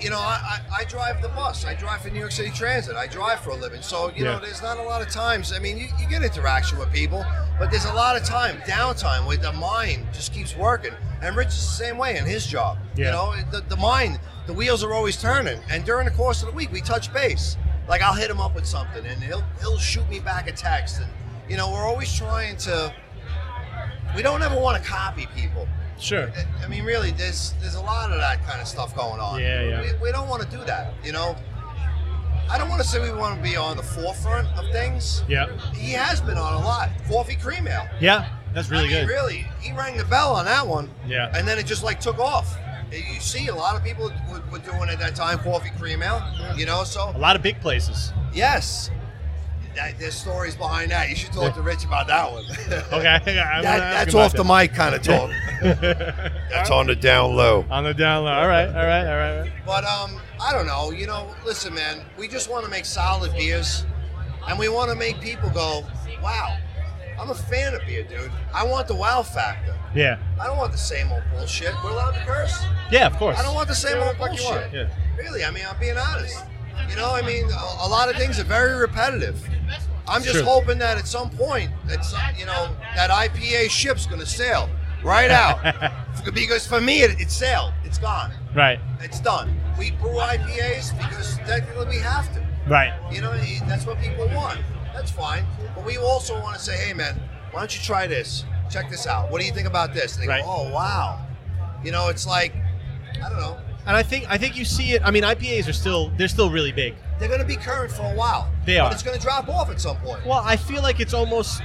Speaker 4: you know I, I, I drive the bus i drive for new york city transit i drive for a living so you
Speaker 1: Yeah.
Speaker 4: know there's not a lot of times i mean you, you get interaction with people but there's a lot of time downtime where the mind just keeps working and rich is the same way in his job
Speaker 1: Yeah.
Speaker 4: you know the, the mind the wheels are always turning and during the course of the week we touch base like i'll hit him up with something and he'll, he'll shoot me back a text and you know we're always trying to we don't ever want to copy people
Speaker 1: Sure.
Speaker 4: I mean, really, there's there's a lot of that kind of stuff going on.
Speaker 1: Yeah, yeah.
Speaker 4: We, we don't want to do that, you know. I don't want to say we want to be on the forefront of things.
Speaker 1: Yeah,
Speaker 4: He has been on a lot. Coffee cream ale.
Speaker 1: yeah. That's really
Speaker 4: I mean,
Speaker 1: good.
Speaker 4: Really, he rang the bell on that one.
Speaker 1: Yeah.
Speaker 4: And then it just like took off. You see, a lot of people were, were doing at that time coffee cream ale. You know, so
Speaker 1: A lot of big places.
Speaker 4: yes, that, there's stories behind that. You should talk to Rich about that one.
Speaker 1: Okay, (laughs) I'm gonna
Speaker 4: That,
Speaker 1: ask
Speaker 4: that's
Speaker 1: about
Speaker 4: off
Speaker 1: that.
Speaker 4: the mic kind of talk.
Speaker 1: (laughs)
Speaker 4: that's on the down low.
Speaker 1: On the down low. All right, all right, all right. All right.
Speaker 4: But um, I don't know. You know, listen, man. We just want to make solid beers, and we want to make people go, "Wow, I'm a fan of beer, dude. I want the wow factor.
Speaker 1: Yeah.
Speaker 4: I don't want the same old bullshit. We're allowed to curse.
Speaker 1: Yeah, of course.
Speaker 4: I don't want the same old
Speaker 1: fuck you
Speaker 4: bullshit.
Speaker 1: want, yeah.
Speaker 4: Really, I mean, I'm being honest. You know, I mean, a, a lot of things are very repetitive. I'm just
Speaker 1: True.
Speaker 4: hoping that at some point, that some, you know, that IPA ship's gonna sail
Speaker 1: (laughs)
Speaker 4: right out. because for me, it, it sailed. It's gone.
Speaker 1: Right,
Speaker 4: It's done. We brew IPAs because technically we have to.
Speaker 1: right.
Speaker 4: You know, eh, that's what people want. That's fine. But we also want to say, hey, man, why don't you try this? Check this out. What do you think about this? And they
Speaker 1: Right.
Speaker 4: go, oh, wow. You know, it's like, I don't know.
Speaker 1: And I think I think you see it. I mean, IPAs are still they're still really big.
Speaker 4: They're going to be current for a while.
Speaker 1: They are.
Speaker 4: But it's going to drop off at some point.
Speaker 1: Well, I feel like it's almost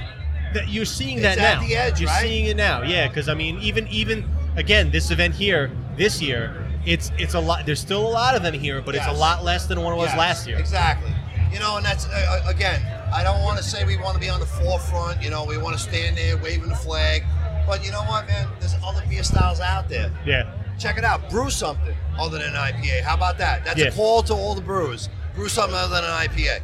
Speaker 1: that you're seeing that
Speaker 4: It's
Speaker 1: now.
Speaker 4: at the edge,
Speaker 1: you're
Speaker 4: right?
Speaker 1: seeing it now, yeah. Because I mean, even even again, this event here this year, it's it's a lot. There's still a lot of them here, but it's
Speaker 4: Yes.
Speaker 1: a lot less than what it was
Speaker 4: Yes,
Speaker 1: last year.
Speaker 4: Exactly. You know, and that's uh, uh, again, I don't want to say we want to be on the forefront. You know, we want to stand there waving the flag. But you know what, man? There's other beer styles out there.
Speaker 1: Yeah,
Speaker 4: Check it out. Brew something other than an IPA. How about that? That's
Speaker 1: Yeah.
Speaker 4: a call to all the brewers. Brew something other than an IPA.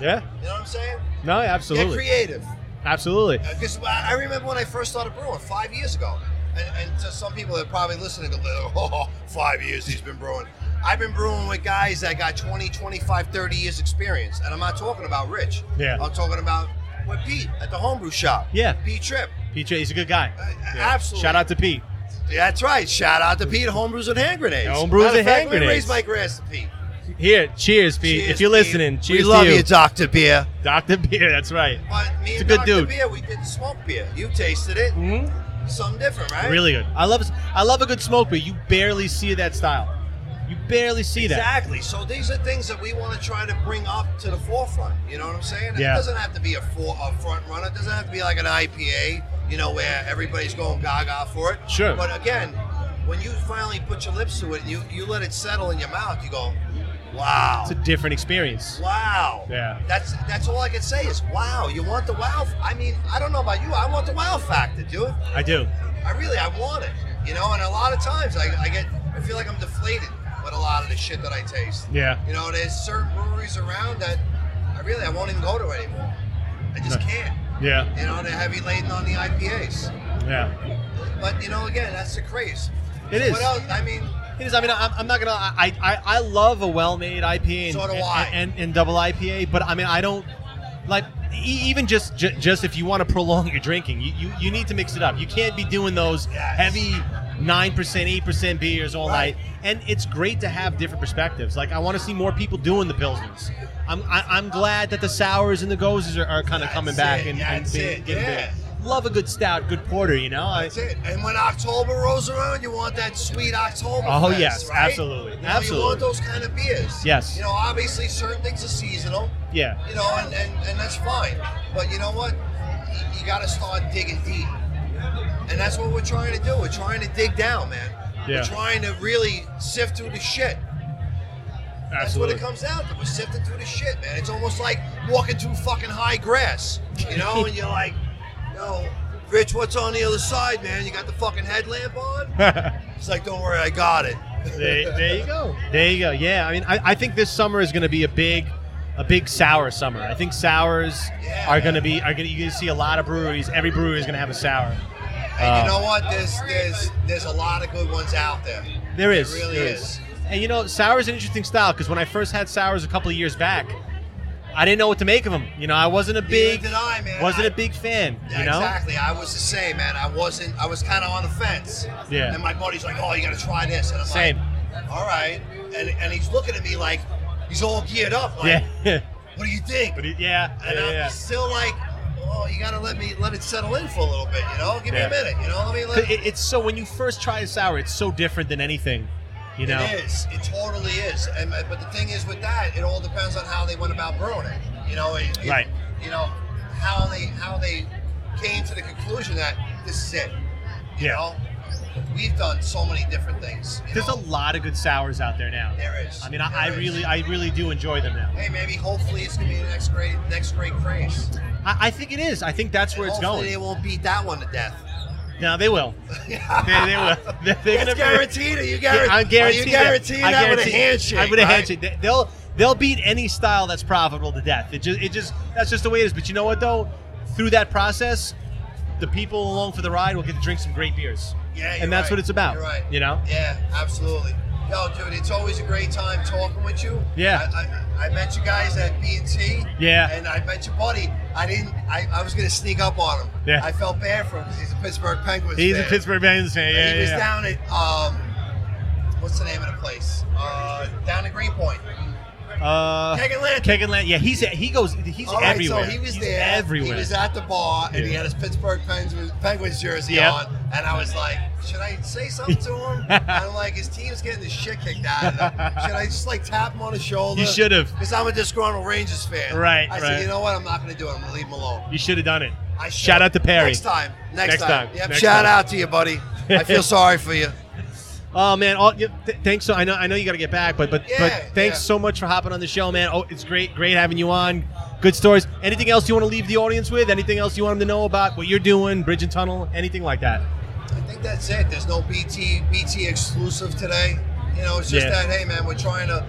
Speaker 1: yeah.
Speaker 4: You know what I'm saying?
Speaker 1: No, absolutely,
Speaker 4: Get creative.
Speaker 1: absolutely.
Speaker 4: Because I I remember when I first started brewing five years ago, and, and to some people that probably listening go, (laughs) oh, five years he's been brewing. I've been brewing with guys that got 20, 25, 30 years experience, and I'm not talking about Rich.
Speaker 1: Yeah.
Speaker 4: I'm talking about with Pete at the homebrew shop.
Speaker 1: Yeah.
Speaker 4: Pete Tripp.
Speaker 1: Pete, he's a good guy.
Speaker 4: Uh, Absolutely.
Speaker 1: Shout out to Pete.
Speaker 4: Yeah, that's right. Shout out to Pete, homebrews with hand grenades.
Speaker 1: Homebrews
Speaker 4: Matter
Speaker 1: with
Speaker 4: of fact,
Speaker 1: hand
Speaker 4: let me
Speaker 1: grenades.
Speaker 4: Raise my grass to Pete.
Speaker 1: Here, cheers, Pete.
Speaker 4: Cheers,
Speaker 1: if you're
Speaker 4: Pete.
Speaker 1: listening, cheers
Speaker 4: we love
Speaker 1: to (laughs)
Speaker 4: you.
Speaker 1: you,
Speaker 4: Doctor Beer.
Speaker 1: Doctor Beer. That's right.
Speaker 4: But me
Speaker 1: He's
Speaker 4: and
Speaker 1: a good
Speaker 4: Dr.
Speaker 1: dude.
Speaker 4: Beer, we didn't smoke beer. You tasted it.
Speaker 1: Mhm.
Speaker 4: Something different, right?
Speaker 1: Really good. I love I love a good smoke, but you barely see that style. You barely see that.
Speaker 4: Exactly. So these are things that we want to try to bring up to the forefront. You know what I'm saying?
Speaker 1: Yeah.
Speaker 4: It doesn't have to be a, for, a front runner. It doesn't have to be like an IPA, you know, where everybody's going gaga for it.
Speaker 1: Sure.
Speaker 4: But again, when you finally put your lips to it and you, you let it settle in your mouth, you go, wow.
Speaker 1: It's a different experience.
Speaker 4: Wow.
Speaker 1: Yeah.
Speaker 4: That's that's all I can say is wow. You want the wow? f- I mean, I don't know about you. I want the wow factor, dude.
Speaker 1: I do.
Speaker 4: I really, I want it. You know, and a lot of times I, I get, I feel like I'm deflated with a lot of the shit that I taste.
Speaker 1: Yeah.
Speaker 4: You know, there's certain breweries around that I really, I won't even go to anymore. I just
Speaker 1: No.
Speaker 4: can't.
Speaker 1: Yeah.
Speaker 4: You know, they're heavy laden on the IPAs.
Speaker 1: Yeah.
Speaker 4: But you know, again, that's the craze.
Speaker 1: It
Speaker 4: What
Speaker 1: is.
Speaker 4: else? I mean,
Speaker 1: It is. I mean, I'm, I'm not gonna. I, I I love a well-made IPA and,
Speaker 4: So do
Speaker 1: and,
Speaker 4: I.
Speaker 1: and, and double IPA, but I mean, I don't like e- even just j- just if you want to prolong your drinking, you, you you need to mix it up. You can't be doing those
Speaker 4: Yes.
Speaker 1: heavy nine percent, eight percent beers all
Speaker 4: Right.
Speaker 1: night. And it's great to have different perspectives. Like I want to see more people doing the pilsners. I'm I, I'm glad that the sours and the gozes are, are kind of coming
Speaker 4: That's
Speaker 1: back
Speaker 4: it.
Speaker 1: and, and
Speaker 4: That's
Speaker 1: being,
Speaker 4: it.
Speaker 1: getting
Speaker 4: Yeah.
Speaker 1: big. Love a good stout, good porter. You know, I,
Speaker 4: that's it. And when October rolls around, you want that sweet October.
Speaker 1: Oh,
Speaker 4: fest,
Speaker 1: yes,
Speaker 4: right?
Speaker 1: absolutely.
Speaker 4: You know,
Speaker 1: Absolutely.
Speaker 4: You want those kind of beers.
Speaker 1: Yes.
Speaker 4: You know, obviously, certain things are seasonal.
Speaker 1: yeah.
Speaker 4: you know, and, and, and that's fine. But you know what? You, got to start digging deep. And that's what we're trying to do. We're trying to dig down, man.
Speaker 1: Yeah.
Speaker 4: We're trying to really sift through the shit. That's what
Speaker 1: Absolutely. (laughs)
Speaker 4: it comes down to. We're sifting through the shit, man. It's almost like walking through fucking high grass, you know, and you're like, yo, Rich, what's on the other side, man? You got the fucking headlamp on? It's like, don't worry, I got it.
Speaker 1: there, there you go. There you go. Yeah, I mean, I, I think this summer is going to be a big, a big sour summer. I think sours
Speaker 4: Yeah.
Speaker 1: are going to be are going to you see a lot of breweries. Every brewery is going to have a sour.
Speaker 4: And
Speaker 1: Uh,
Speaker 4: you know what? There's there's there's a lot of good ones out there.
Speaker 1: There is.
Speaker 4: There really
Speaker 1: there
Speaker 4: is.
Speaker 1: And you know, sour is an interesting style because when I first had sours a couple of years back, I didn't know what to make of them. You know, I wasn't a
Speaker 4: Neither
Speaker 1: big
Speaker 4: did I, man.
Speaker 1: wasn't
Speaker 4: I-
Speaker 1: a big fan.
Speaker 4: Yeah,
Speaker 1: you know,
Speaker 4: Exactly. I was the same, man. I wasn't. I was kind of on the fence.
Speaker 1: Yeah.
Speaker 4: And my buddy's like, "Oh, you got to try this," and I'm
Speaker 1: Same.
Speaker 4: like, "All right." And, and he's looking at me like he's all geared up. Like,
Speaker 1: (laughs) yeah,
Speaker 4: What do you think?
Speaker 1: but it, yeah,
Speaker 4: and
Speaker 1: yeah,
Speaker 4: I'm
Speaker 1: yeah.
Speaker 4: still like, "Oh, you got to let me let it settle in for a little bit. You know, give
Speaker 1: Yeah.
Speaker 4: me a minute. You know, let me let."
Speaker 1: But it- it's so when you first try a sour, it's so different than anything. You know,
Speaker 4: It is. It totally is. And uh, but the thing is, with that, it all depends on how they went about brewing it. You know, it, it-
Speaker 1: Right.
Speaker 4: You know how they how they came to the conclusion that this is it. You
Speaker 1: Yeah.
Speaker 4: know, we've done so many different things. you
Speaker 1: there's a
Speaker 4: know.
Speaker 1: lot of good sours out there now.
Speaker 4: There is.
Speaker 1: I mean, I, I
Speaker 4: There is.
Speaker 1: really, I really do enjoy them now.
Speaker 4: Hey, maybe hopefully it's gonna be the next great next great craze.
Speaker 1: I, I think it is. I think that's where it's
Speaker 4: hopefully
Speaker 1: going.
Speaker 4: They won't beat that one to death.
Speaker 1: No, they will. They, they will.
Speaker 4: (laughs)
Speaker 1: They're, they're
Speaker 4: It's
Speaker 1: gonna
Speaker 4: guaranteed. Are you guaranteed?
Speaker 1: I guarantee.
Speaker 4: Are you guaranteeing
Speaker 1: I
Speaker 4: that with a
Speaker 1: guarantee-
Speaker 4: handshake?
Speaker 1: I with a
Speaker 4: right?
Speaker 1: handshake. They, they'll they'll beat any style that's profitable to death. It just it just that's just the way it is. But you know what though? Through that process, the people along for the ride will get to drink some great beers.
Speaker 4: Yeah, you're
Speaker 1: and that's
Speaker 4: right.
Speaker 1: what it's about.
Speaker 4: You're right.
Speaker 1: You know.
Speaker 4: Yeah, absolutely. Yo, dude, it's always a great time talking with you.
Speaker 1: Yeah.
Speaker 4: I, I, I met you guys at B and T.
Speaker 1: Yeah.
Speaker 4: And I met your buddy. I didn't. I, I was gonna sneak up on him.
Speaker 1: Yeah.
Speaker 4: I felt bad for him because he's a Pittsburgh Penguins.
Speaker 1: He's
Speaker 4: fan.
Speaker 1: a Pittsburgh Penguins fan.
Speaker 4: And
Speaker 1: Yeah,
Speaker 4: he was
Speaker 1: yeah.
Speaker 4: down at um, what's the name of the place? Uh, down at Greenpoint.
Speaker 1: Uh,
Speaker 4: Keg and Lantern.
Speaker 1: Keg and Lan- Yeah, he's he's goes he's
Speaker 4: All right,
Speaker 1: everywhere.
Speaker 4: so he was
Speaker 1: He's
Speaker 4: there.
Speaker 1: Everywhere.
Speaker 4: He was at the bar and he
Speaker 1: Yeah.
Speaker 4: had his Pittsburgh Penguins, Penguins jersey
Speaker 1: Yep.
Speaker 4: on, and I was like, "Should I say something to
Speaker 1: (laughs)
Speaker 4: him?" And I'm like, "His team's getting the shit kicked out of him. Should I just like tap him on the shoulder?"
Speaker 1: You should've.
Speaker 4: because I'm a disgruntled Rangers fan.
Speaker 1: Right,
Speaker 4: I
Speaker 1: right.
Speaker 4: said, "You know what? I'm not going to do it. I'm going to leave him alone."
Speaker 1: you should have done it.
Speaker 4: I
Speaker 1: Shout out to Perry.
Speaker 4: Next time. Next,
Speaker 1: Next
Speaker 4: time.
Speaker 1: time.
Speaker 4: Yep.
Speaker 1: Next
Speaker 4: Shout
Speaker 1: time.
Speaker 4: out to you, buddy. I
Speaker 1: (laughs)
Speaker 4: feel sorry for you.
Speaker 1: Oh man, all, yeah, th- thanks. So I know I know you got to get back, but but
Speaker 4: Yeah,
Speaker 1: but thanks
Speaker 4: yeah.
Speaker 1: so much for hopping on the show, man. Oh, it's great, great having you on. Good stories. Anything else you want to leave the audience with? Anything else you want them to know about what you're doing, Bridge and Tunnel, anything like that?
Speaker 4: I think that's it. There's no BT BT exclusive today. You know, it's just
Speaker 1: Yeah.
Speaker 4: that hey man, we're trying to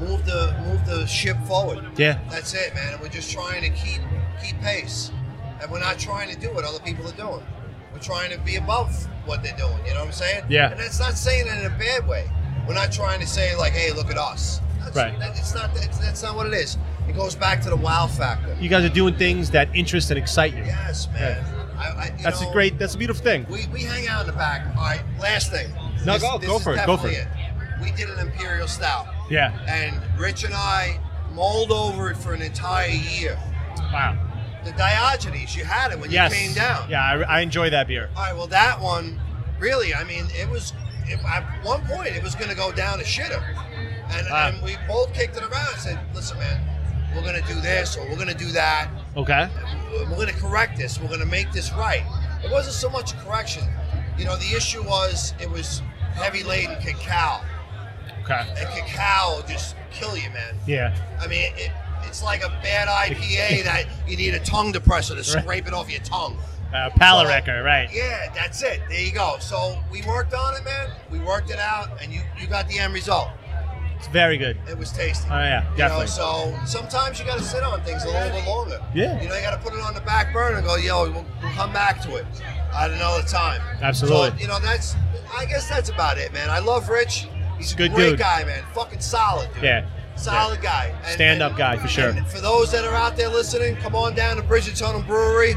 Speaker 4: move the move the ship forward.
Speaker 1: Yeah,
Speaker 4: That's it, man. And we're just trying to keep keep pace. And we're not trying to do what other people are doing. We're trying to be above what they're doing. You know what I'm saying?
Speaker 1: Yeah.
Speaker 4: And that's not saying it in a bad way. We're not trying to say like, hey, look at us. That's,
Speaker 1: Right.
Speaker 4: That, it's not. That's, that's not what it is. It goes back to the wow factor.
Speaker 1: you guys are doing things that interest and excite you.
Speaker 4: Yes, man. I, I, you
Speaker 1: That's
Speaker 4: know,
Speaker 1: a great. That's a beautiful thing.
Speaker 4: we, we hang out in the back. All right, last thing.
Speaker 1: No, go- go for it, go for
Speaker 4: definitely We did an imperial stout,
Speaker 1: Yeah.
Speaker 4: and Rich and I mulled over it for an entire year.
Speaker 1: Wow.
Speaker 4: The Diogenes, you had it when
Speaker 1: Yes.
Speaker 4: you came down.
Speaker 1: Yeah, I, I enjoy that beer.
Speaker 4: All right. Well, that one, really, I mean, it was it, at one point it was going to go down a shitter, and,
Speaker 1: Ah.
Speaker 4: and we both kicked it around and said, "Listen, man, we're going to do this or we're going to do that.
Speaker 1: Okay.
Speaker 4: We're going to correct this. We're going to make this right." It wasn't so much a correction. You know, the issue was it was heavy laden cacao,
Speaker 1: Okay.
Speaker 4: and cacao will just kill you, man.
Speaker 1: Yeah.
Speaker 4: I mean, it, it's like a
Speaker 1: (laughs)
Speaker 4: bad IPA that you need a tongue depressor to scrape it off your tongue.
Speaker 1: Uh, palate
Speaker 4: So-
Speaker 1: wrecker, right?
Speaker 4: Yeah, that's it. There you go. So we worked on it, man. We worked it out, and you, you got the end result.
Speaker 1: It's very good.
Speaker 4: It was tasty.
Speaker 1: Oh yeah,
Speaker 4: You know,
Speaker 1: definitely.
Speaker 4: so sometimes you got to sit on things a little bit longer.
Speaker 1: Yeah.
Speaker 4: You know, you got to put it on the back burner and go, yo, we'll, we'll come back to it at another time.
Speaker 1: Absolutely.
Speaker 4: So, you know, that's, I guess that's about it, man. I love Rich. He's a
Speaker 1: Good
Speaker 4: great
Speaker 1: dude.
Speaker 4: guy, man. Fucking solid, dude.
Speaker 1: yeah.
Speaker 4: Solid guy. And-
Speaker 1: Stand-up
Speaker 4: and-
Speaker 1: guy, for sure.
Speaker 4: and for those that are out there listening, come on down to Bridgerton and Brewery.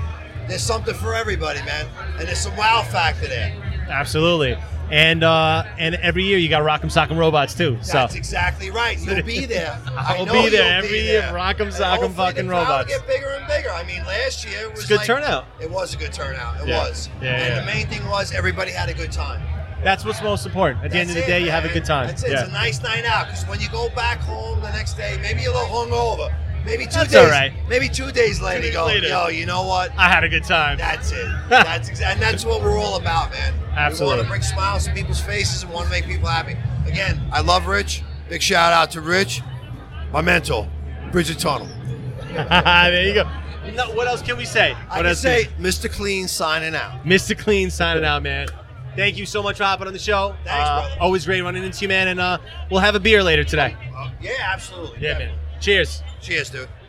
Speaker 4: There's something for everybody, man. And there's some wow factor there.
Speaker 1: Absolutely. And uh, and every year you got Rock'em Sock'em Robots too. So
Speaker 4: That's exactly right.
Speaker 1: (laughs)
Speaker 4: You'll be there. I
Speaker 1: I'll
Speaker 4: know
Speaker 1: be there
Speaker 4: you'll be
Speaker 1: every year.
Speaker 4: there.
Speaker 1: Rock'em
Speaker 4: And
Speaker 1: sock'em
Speaker 4: hopefully
Speaker 1: fucking
Speaker 4: the crowd will
Speaker 1: robots.
Speaker 4: get bigger and bigger. I mean, last year it was
Speaker 1: it's good
Speaker 4: like-
Speaker 1: turnout.
Speaker 4: It was a good turnout. It
Speaker 1: Yeah.
Speaker 4: was.
Speaker 1: Yeah,
Speaker 4: and
Speaker 1: yeah.
Speaker 4: the main thing was everybody had a good time.
Speaker 1: That's what's most important. At the end of
Speaker 4: That's
Speaker 1: the
Speaker 4: it,
Speaker 1: day, you have a
Speaker 4: man.
Speaker 1: good time.
Speaker 4: That's it.
Speaker 1: Yeah.
Speaker 4: It's a nice night out because when you go back home the next day, maybe you're a little hungover. Maybe two
Speaker 1: That's
Speaker 4: days.
Speaker 1: all right.
Speaker 4: Maybe two days later,
Speaker 1: days
Speaker 4: you go,
Speaker 1: later.
Speaker 4: yo, you know what?
Speaker 1: I had a good time. (laughs)
Speaker 4: That's it. That's exa- and that's what we're all about, man. We want
Speaker 1: Absolutely.
Speaker 4: to bring smiles to people's faces and want to make people happy. Again, I love Rich. Big shout out to Rich, my mentor, Bridget Tunnel.
Speaker 1: (laughs) there you go. No, what else can we say? What
Speaker 4: I can
Speaker 1: else
Speaker 4: say Mr. Clean signing out.
Speaker 1: Mr. Clean signing out, man. Thank you so much for hopping on the show.
Speaker 4: Thanks,
Speaker 1: Uh,
Speaker 4: brother.
Speaker 1: Always great running into you, man. And uh, we'll have a beer later today.
Speaker 4: Uh, yeah, absolutely.
Speaker 1: Yeah, man. Cheers.
Speaker 4: Cheers, dude.